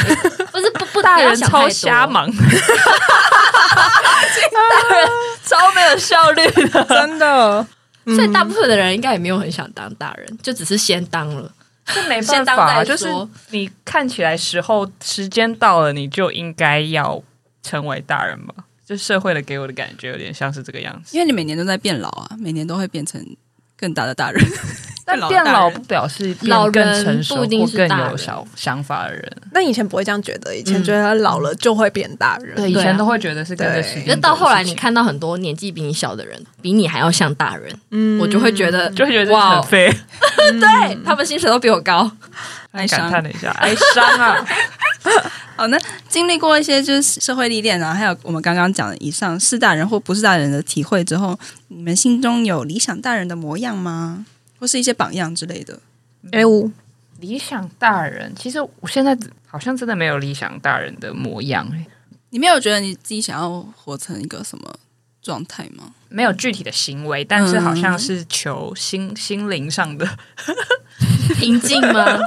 Speaker 4: 是不不，
Speaker 3: 大
Speaker 4: 不要
Speaker 3: 人
Speaker 4: 想太
Speaker 3: 超
Speaker 4: 多
Speaker 3: 瞎，忙，
Speaker 4: 超没有效率的。
Speaker 2: 真的，
Speaker 4: 所
Speaker 3: 嗯
Speaker 4: 以大部分的人应该也没有很想当大人，就只是先当了。
Speaker 3: 这没
Speaker 4: 先
Speaker 3: 办
Speaker 4: 当
Speaker 3: 法，啊
Speaker 4: 再说
Speaker 3: 就是你看起来时候时间到了，你就应该要成为大人吧。就社会的给我的感觉有点像是这个样子，
Speaker 2: 因为你每年都在变老啊，每年都会变成更大的大人。
Speaker 3: 但
Speaker 2: 老
Speaker 3: 变
Speaker 2: 大
Speaker 3: 老
Speaker 2: 人
Speaker 3: 不表示变
Speaker 4: 老
Speaker 3: 更
Speaker 4: 人
Speaker 3: 成熟
Speaker 4: 不一定
Speaker 3: 或
Speaker 4: 是
Speaker 3: 更
Speaker 4: 大
Speaker 3: 有
Speaker 4: 人
Speaker 3: 想想法的人。
Speaker 5: 那以前不会这样觉得，以前觉得老了就会变大人。
Speaker 3: 以
Speaker 4: 对啊
Speaker 3: 前都会觉得是跟着时间走
Speaker 4: 那
Speaker 3: 的
Speaker 4: 到后来，你
Speaker 3: 事情，
Speaker 4: 看到很多年纪比你小的人，比你还要像大人，
Speaker 3: 嗯
Speaker 4: 我就会觉得，
Speaker 3: 就会觉得
Speaker 4: 哇哦
Speaker 3: 很废，
Speaker 4: 对他们薪水都比我高，
Speaker 2: 哀
Speaker 3: 感
Speaker 2: 伤
Speaker 3: 叹了一下，哀伤啊！
Speaker 2: 好，那经历过一些就是社会历练啊，还有我们刚刚讲的以上是大人或不是大人的体会之后，你们心中有理想大人的模样吗？或是一些榜样之类的？
Speaker 5: 哎五，
Speaker 3: 理想大人，其实我现在好像真的没有理想大人的模样、欸
Speaker 2: 你没有觉得你自己想要活成一个什么状态吗？
Speaker 3: 没有具体的行为，但是好像是求心、心灵上的，
Speaker 4: 平静 吗？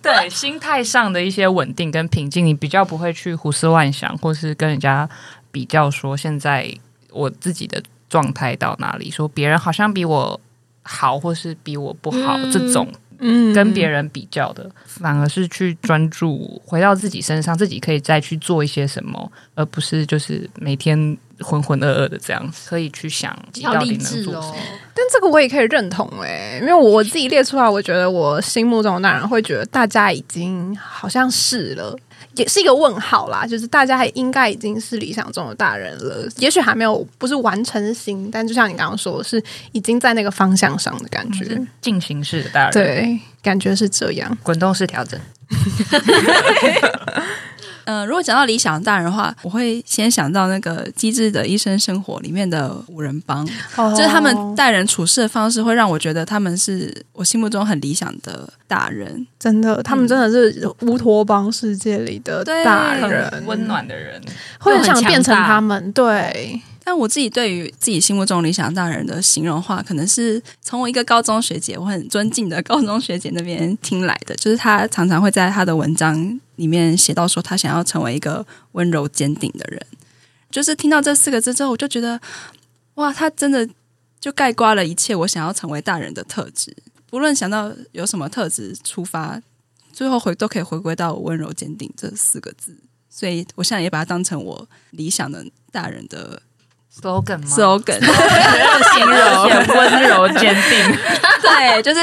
Speaker 3: 对心态上的一些稳定跟平静，你比较不会去胡思乱想，或是跟人家比较说现在我自己的状态到哪里，说别人好像比我好，或是比我不好、
Speaker 4: 嗯
Speaker 3: 这种
Speaker 5: 嗯
Speaker 3: 跟别人比较的，反而是去专注回到自己身上，自己可以再去做一些什么，而不是就是每天浑浑噩噩的这样子，可以去想你
Speaker 4: 要
Speaker 3: 到
Speaker 4: 励
Speaker 3: 底能
Speaker 4: 志
Speaker 3: 做什
Speaker 4: 哦
Speaker 3: 么。，
Speaker 5: 但这个我也可以认同哎、因为我自己列出来，我觉得我心目中的大人会觉得大家已经好像是了，也是一个问号啦，就是大家应该已经是理想中的大人了，也许还没有不是完成型，但就像你刚刚说，是已经在那个方向上的感觉
Speaker 3: 是，进行式的大人，，
Speaker 5: 对，感觉是这样。
Speaker 3: 滚动式调整。
Speaker 2: 嗯、如果讲到理想大人的话，我会先想到那个《机智的医生生活》里面的五人帮，就是他们待人处事的方式，会让我觉得他们是我心目中很理想的大人。
Speaker 5: 真的，他们真的是乌托邦世界里的
Speaker 2: 对
Speaker 5: 大
Speaker 2: 很
Speaker 5: 人，
Speaker 3: 温暖的人，
Speaker 5: 会很
Speaker 4: 又很
Speaker 5: 想
Speaker 4: 强
Speaker 5: 变成
Speaker 4: 大
Speaker 5: 他们。对，
Speaker 2: 但我自己对于自己心目中理想大人的形容话，可能是从我一个高中学姐，我很尊敬的高中学姐那边听来的。就是她常常会在她的文章里面写到说，她想要成为一个温柔坚定的人。 就是听到这四个字之后，我就觉得，哇，她真的就盖刮了一切我想要成为大人的特质。不论想到有什么特质出发，最后回都可以回归到温柔坚定这四个字。所以我现在也把它当成我理想的大人的
Speaker 3: slogan 吗
Speaker 2: slogan，
Speaker 3: 形容温柔坚 定，
Speaker 2: 对，就是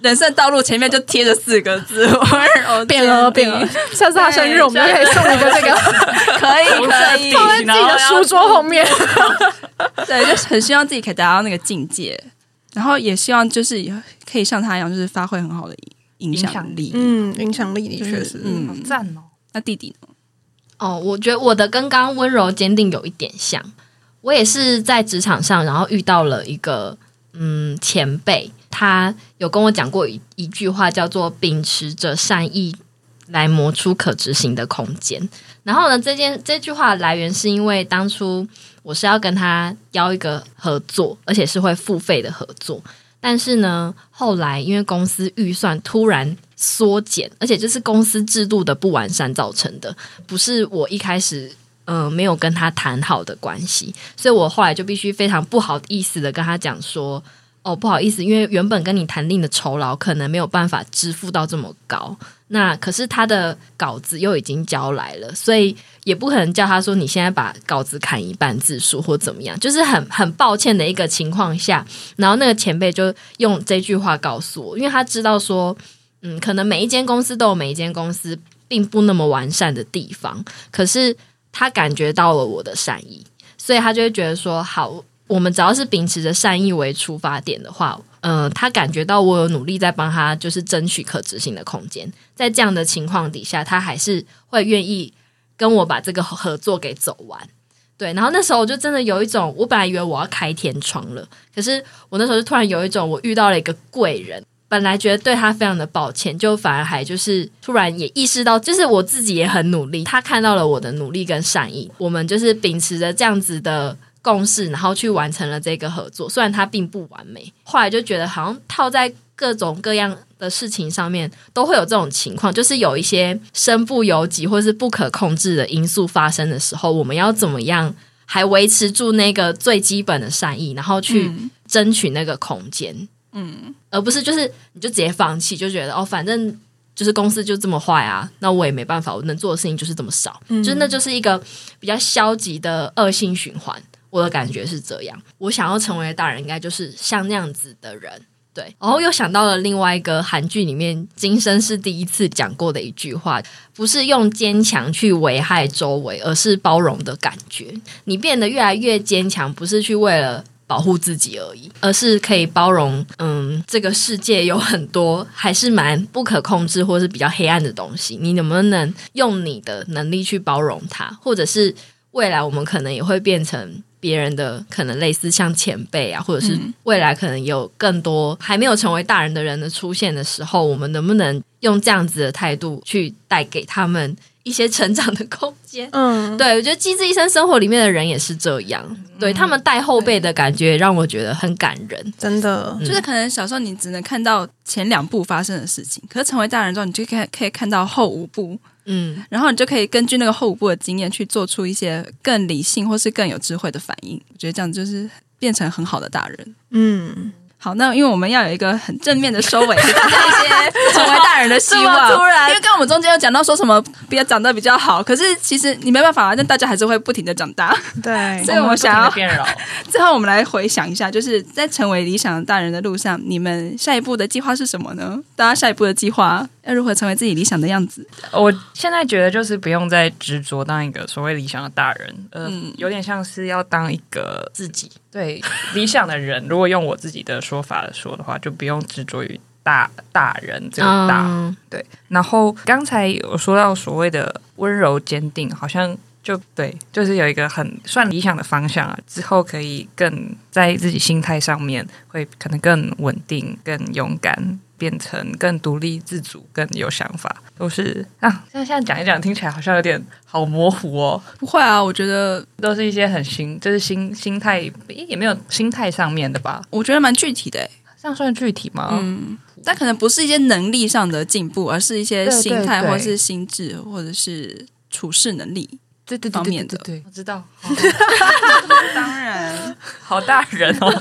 Speaker 2: 人生道路前面就贴着四个字，温柔
Speaker 5: 变了变了，下次他生日我们就可以送一个这个
Speaker 2: 可以可以，
Speaker 5: 放在自己的书桌后面。
Speaker 2: 对，就很希望自己可以达到那个境界，然后也希望就是可以像他一样，就是发挥很好的影响力。
Speaker 5: 嗯，影响力的确是，嗯，
Speaker 2: 嗯，
Speaker 3: 赞哦！
Speaker 2: 那弟弟呢？
Speaker 4: 哦，我觉得我的跟刚刚温柔坚定有一点像，我也是在职场上，然后遇到了一个嗯前辈，他有跟我讲过一一句话，叫做“秉持着善意来磨出可执行的空间”。然后呢，这件这句话的来源是因为当初我是要跟他邀一个合作，而且是会付费的合作。但是呢，后来因为公司预算突然缩减，而且这是公司制度的不完善造成的。不是我一开始嗯、呃没有跟他谈好的关系，所以我后来就必须非常不好意思的跟他讲说，哦，不好意思，因为原本跟你谈定的酬劳可能没有办法支付到这么高，那可是他的稿子又已经交来了，所以也不可能叫他说你现在把稿子砍一半字数或怎么样，就是很很抱歉的一个情况下，然后那个前辈就用这句话告诉我，因为他知道说，嗯，可能每一间公司都有每一间公司并不那么完善的地方，可是他感觉到了我的善意，所以他就会觉得说，好，我们只要是秉持着善意为出发点的话，嗯、他感觉到我有努力在帮他，就是争取可执行的空间。在这样的情况底下，他还是会愿意跟我把这个合作给走完。对，然后那时候我就真的有一种，我本来以为我要开天窗了，可是我那时候就突然有一种，我遇到了一个贵人。本来觉得对他非常的抱歉，就反而还就是突然也意识到，就是我自己也很努力，他看到了我的努力跟善意，我们就是秉持着这样子的共识，然后去完成了这个合作。虽然它并不完美，后来就觉得好像套在各种各样的事情上面都会有这种情况，就是有一些身不由己或是不可控制的因素发生的时候，我们要怎么样还维持住那个最基本的善意，然后去争取那个空间。而不是就是你就直接放弃，就觉得哦，反正就是公司就这么坏啊，那我也没办法，我能做的事情就是这么少，就是那就是一个比较消极的恶性循环。我的感觉是这样，我想要成为的大人，应该就是像那样子的人。对，然后又想到了另外一个韩剧里面金生是第一次讲过的一句话，不是用坚强去危害周围，而是包容的感觉。你变得越来越坚强，不是去为了保护自己而已，而是可以包容。嗯，这个世界有很多还是蛮不可控制，或是比较黑暗的东西。你能不能用你的能力去包容它，或者是未来我们可能也会变成。别人的可能类似像前辈啊，或者是未来可能也有更多还没有成为大人的人的出现的时候，我们能不能用这样子的态度去带给他们一些成长的空间？
Speaker 5: 嗯，
Speaker 4: 对，我觉得《机智医生生活》里面的人也是这样，对他们带后辈的感觉让我觉得很感人。
Speaker 5: 真的，
Speaker 3: 嗯
Speaker 2: 就是可能小时候你只能看到前两部发生的事情，可是成为大人之后，你就可以可以看到后五部，
Speaker 4: 嗯，
Speaker 2: 然后你就可以根据那个后五部的经验去做出一些更理性或是更有智慧的反应。我觉得这样就是变成很好的大人。
Speaker 5: 嗯，
Speaker 2: 好，那因为我们要有一个很正面的收尾，给大家一些成为大人的希望。
Speaker 4: 这么突然
Speaker 2: 因为刚刚我们中间有讲到说什么比较长得比较好，可是其实你没办法啊，但大家还是会不停的长 大。
Speaker 5: 对
Speaker 2: 所以我想要
Speaker 3: 变老，
Speaker 2: 最后，我们来回想一下，就是在成为理想大人的路上，你们下一步的计划是什么呢？大家下一步的计划要如何成为自己理想的样子？
Speaker 3: 我现在觉得就是不用再执着当一个所谓理想的大人，呃，有点像是要当一个
Speaker 4: 自己
Speaker 3: 对理想的人。如果用我自己的说法说的话，就不用执着于大大人这个大。
Speaker 4: 嗯
Speaker 3: 对，然后刚才有说到所谓的温柔坚定，好像就对，就是有一个很算理想的方向啊。之后可以更在自己心态上面会可能更稳定、更勇敢，变成更独立自主、更有想法，都是啊。像现在讲一讲，听起来好像有点好模糊哦。
Speaker 2: 不会啊，我觉得
Speaker 3: 都是一些很心，就是心心态，诶也没有心态上面的吧？
Speaker 2: 我觉得蛮具体的欸、
Speaker 3: 这样算具体吗？
Speaker 2: 嗯，但可能不是一些能力上的进步，而是一些
Speaker 3: 对对
Speaker 2: 心态
Speaker 3: 对
Speaker 2: 或是心智或者是处事能力。
Speaker 3: 对对
Speaker 2: 方面的
Speaker 3: 对，我知道，
Speaker 2: 当然，
Speaker 3: 好大人哦。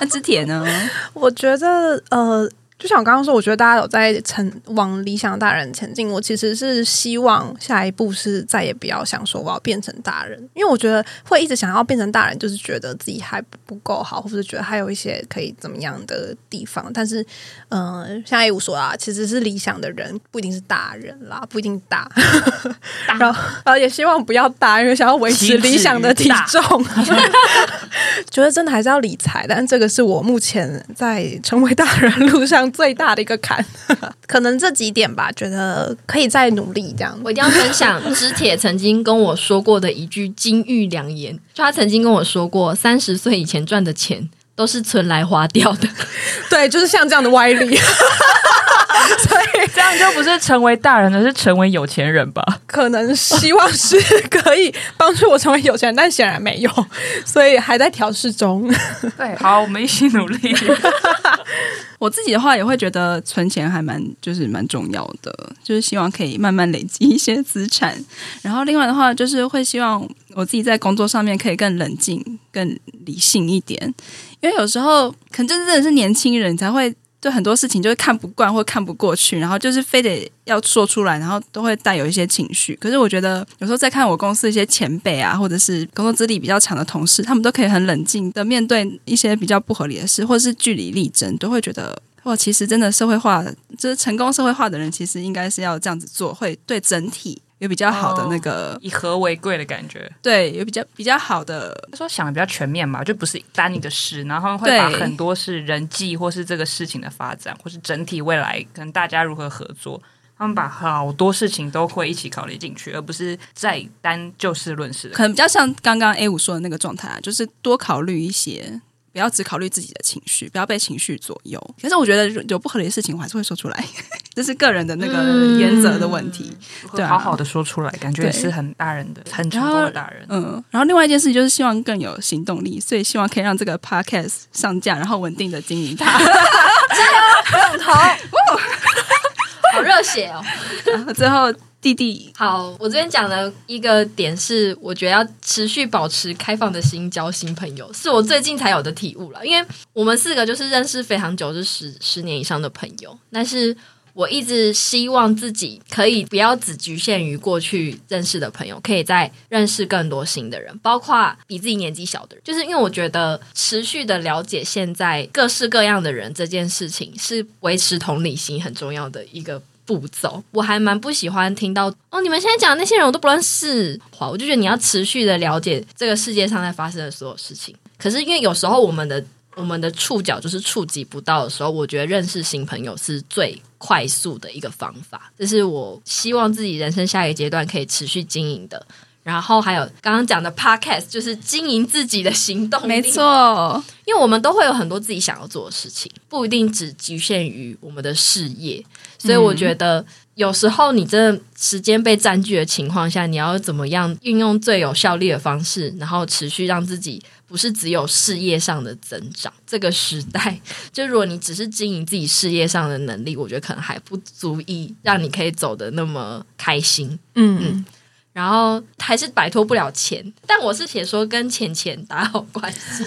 Speaker 2: 那之铁呢？
Speaker 5: 我觉得呃，就像我刚刚说，我觉得大家有在成往理想大人前进。我其实是希望下一步是再也不要想说我要变成大人，因为我觉得会一直想要变成大人，就是觉得自己还不够好，或者觉得还有一些可以怎么样的地方。但是，嗯、现在也无所谓啦，其实是理想的人不一定是大人啦，不一定大。 然后，呃，也希望不要大，因为想要维持理想的体重。觉得真的还是要理财，但这个是我目前在成为大人路上最大的一个 坎，可能这几点吧，觉得可以再努力这样。
Speaker 4: 我一定要分享知铁曾经跟我说过的一句金玉良言，就他曾经跟我说过，三十岁以前赚的钱都是存来花掉的。
Speaker 5: 对，就是像这样的歪 理，
Speaker 3: 这样就不是成为大人，而是成为有钱人吧？
Speaker 5: 可能希望是可以帮助我成为有钱人，但显然没有，所以还在调试中。
Speaker 3: 对，好，我们一起努力。
Speaker 2: 我自己的话也会觉得存钱还蛮就是蛮重要的，就是希望可以慢慢累积一些资产。然后另外的话就是会希望我自己在工作上面可以更冷静、更理性一点，因为有时候可能真的是年轻人才会。对很多事情就是看不惯或看不过去，然后就是非得要说出来，然后都会带有一些情绪。可是我觉得有时候在看我公司一些前辈啊，或者是工作资历比较长的同事，他们都可以很冷静的面对一些比较不合理的事，或者是据理力争，都会觉得哇，其实真的社会化，就是成功社会化的人，其实应该是要这样子做，会对整体有比较好的那个，
Speaker 3: 以和为贵的感觉。
Speaker 2: 对，有比较比较好的
Speaker 3: 他说想的比较全面吧，就不是单一的事，然后他们会把
Speaker 2: 对
Speaker 3: 很多是人际或是这个事情的发展，或是整体未来可能大家如何合作，他们把好多事情都会一起考虑进去，而不是再单就事论 事的。
Speaker 2: 可能比较像刚刚 A 五说的那个状态啊，就是多考虑一些，不要只考虑自己的情绪，不要被情绪左右。可是我觉得有不合理的事情，我还是会说出来， 这是个人的那个原则的问题。对啊
Speaker 3: 好好的说出来，感觉也
Speaker 2: 对
Speaker 3: 是很大人的、很成
Speaker 2: 然后
Speaker 3: 功的大人。
Speaker 2: 嗯，然后另外一件事情就是希望更有行动力，所以希望可以让这个 podcast 上架，然后稳定的经营它。
Speaker 4: 好热血哦！
Speaker 2: 然后最后弟弟，
Speaker 4: 好，我这边讲的一个点是，我觉得要持续保持开放的心交新朋友，是我最近才有的体悟了。因为我们四个就是认识非常久，是十十年以上的朋友，但是我一直希望自己可以不要只局限于过去认识的朋友，可以再认识更多新的人，包括比自己年纪小的人。就是因为我觉得持续的了解现在各式各样的人这件事情，是维持同理心很重要的一个。步骤，我还蛮不喜欢听到哦，你们现在讲的那些人我都不认识。好，我就觉得你要持续的了解这个世界上在发生的所有事情。可是因为有时候我们的我们的触角就是触及不到的时候，我觉得认识新朋友是最快速的一个方法。这是我希望自己人生下一个阶段可以持续经营的。然后还有刚刚讲的 podcast，就是经营自己的行动力。
Speaker 2: 没错，。
Speaker 4: 因为我们都会有很多自己想要做的事情，不一定只局限于我们的事业，所以我觉得有时候你真的时间被占据的情况下，你要怎么样运用最有效率的方式，然后持续让自己不是只有事业上的增长。这个时代，就如果你只是经营自己事业上的能力，我觉得可能还不足以让你可以走的那么开心。
Speaker 5: 嗯，
Speaker 4: 然后还是摆脱不了钱，但我是写说跟钱钱打好关系。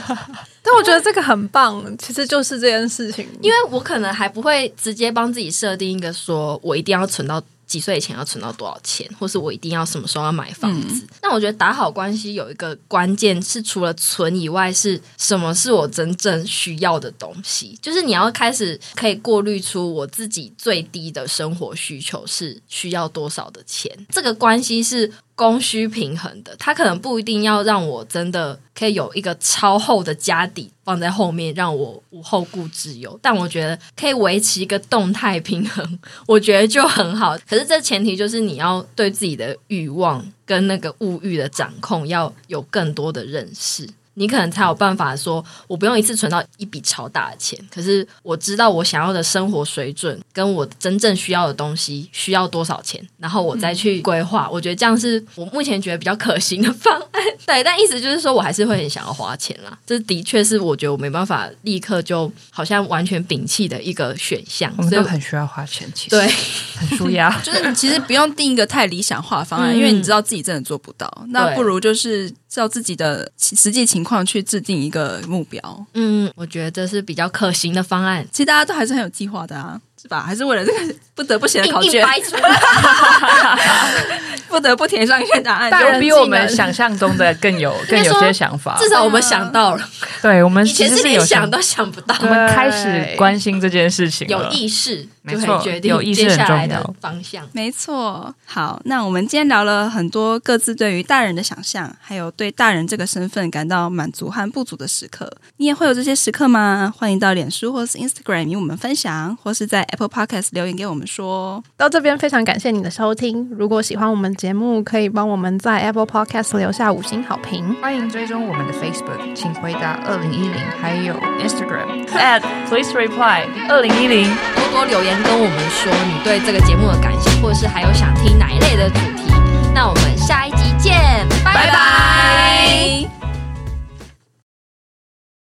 Speaker 5: 但我觉得这个很棒，其实就是这件事情，
Speaker 4: 因为我可能还不会直接帮自己设定一个说我一定要存到几岁以前要存到多少钱，或是我一定要什么时候要买房子。但我觉得打好关系有一个关键是，除了存以外，是什么是我真正需要的东西？就是你要开始可以过滤出我自己最低的生活需求是需要多少的钱。这个关系是供需平衡的，它可能不一定要让我真的可以有一个超厚的家底放在后面，让我无后顾之忧。但我觉得可以维持一个动态平衡，我觉得就很好。可是这前提就是你要对自己的欲望跟那个物欲的掌控要有更多的认识。你可能才有办法说，我不用一次存到一笔超大的钱，可是我知道我想要的生活水准跟我真正需要的东西需要多少钱，然后我再去规划。我觉得这样是我目前觉得比较可行的方案。 对，但意思就是说我还是会很想要花钱啦，这的确是我觉得我没办法立刻就好像完全摒弃的一个选项。
Speaker 3: 我们
Speaker 4: 所以
Speaker 3: 都很需要花钱，其实
Speaker 4: 对，
Speaker 3: 很舒压
Speaker 2: 就是你其实不用定一个太理想化的方案，
Speaker 4: 嗯
Speaker 2: 因为你知道自己真的做不到，那
Speaker 4: 对
Speaker 2: 不如就是照自己的实际情况去制定一个目标。
Speaker 4: 嗯，我觉得这是比较可行的方案。
Speaker 2: 其实大家都还是很有计划的啊，是吧？还是为了这个不得不写的考
Speaker 4: 硬硬
Speaker 2: 卷，
Speaker 4: 掰出来，
Speaker 2: 不得不填上一些答案。
Speaker 3: 大
Speaker 2: 就
Speaker 3: 人比我们想象中的更 有更有些想法，
Speaker 4: 至少我们想到了，
Speaker 3: 对我们
Speaker 4: 以前
Speaker 3: 其实
Speaker 4: 是
Speaker 3: 是
Speaker 4: 连
Speaker 3: 有
Speaker 4: 想都想不到。
Speaker 3: 我们开始关心这件事情
Speaker 4: 有
Speaker 3: 了，
Speaker 4: 意识
Speaker 3: 没
Speaker 4: 就可
Speaker 3: 错
Speaker 4: 以决定
Speaker 3: 有意识
Speaker 4: 接下
Speaker 3: 很重
Speaker 4: 来的
Speaker 3: 要
Speaker 4: 方向。
Speaker 2: 没错，好，那我们今天聊了很多各自对于大人的想象，还有对大人这个身份感到满足和不足的时刻。你也会有这些时刻吗？欢迎到脸书或是 Instagram 与我们分享，或是在 Apple Podcast 留言给我们说。
Speaker 5: 到这边非常感谢你的收听。如果喜欢我们节目，可以帮我们在 Apple Podcast 留下五星好评。
Speaker 3: 欢迎追踪我们的 Facebook，请回答二零一零，还有 Instagram at please reply 二零一零。
Speaker 4: 多多留言跟我们说你对这个节目的感想，或者是还有想听哪一类的主题。那我们下一集见，拜拜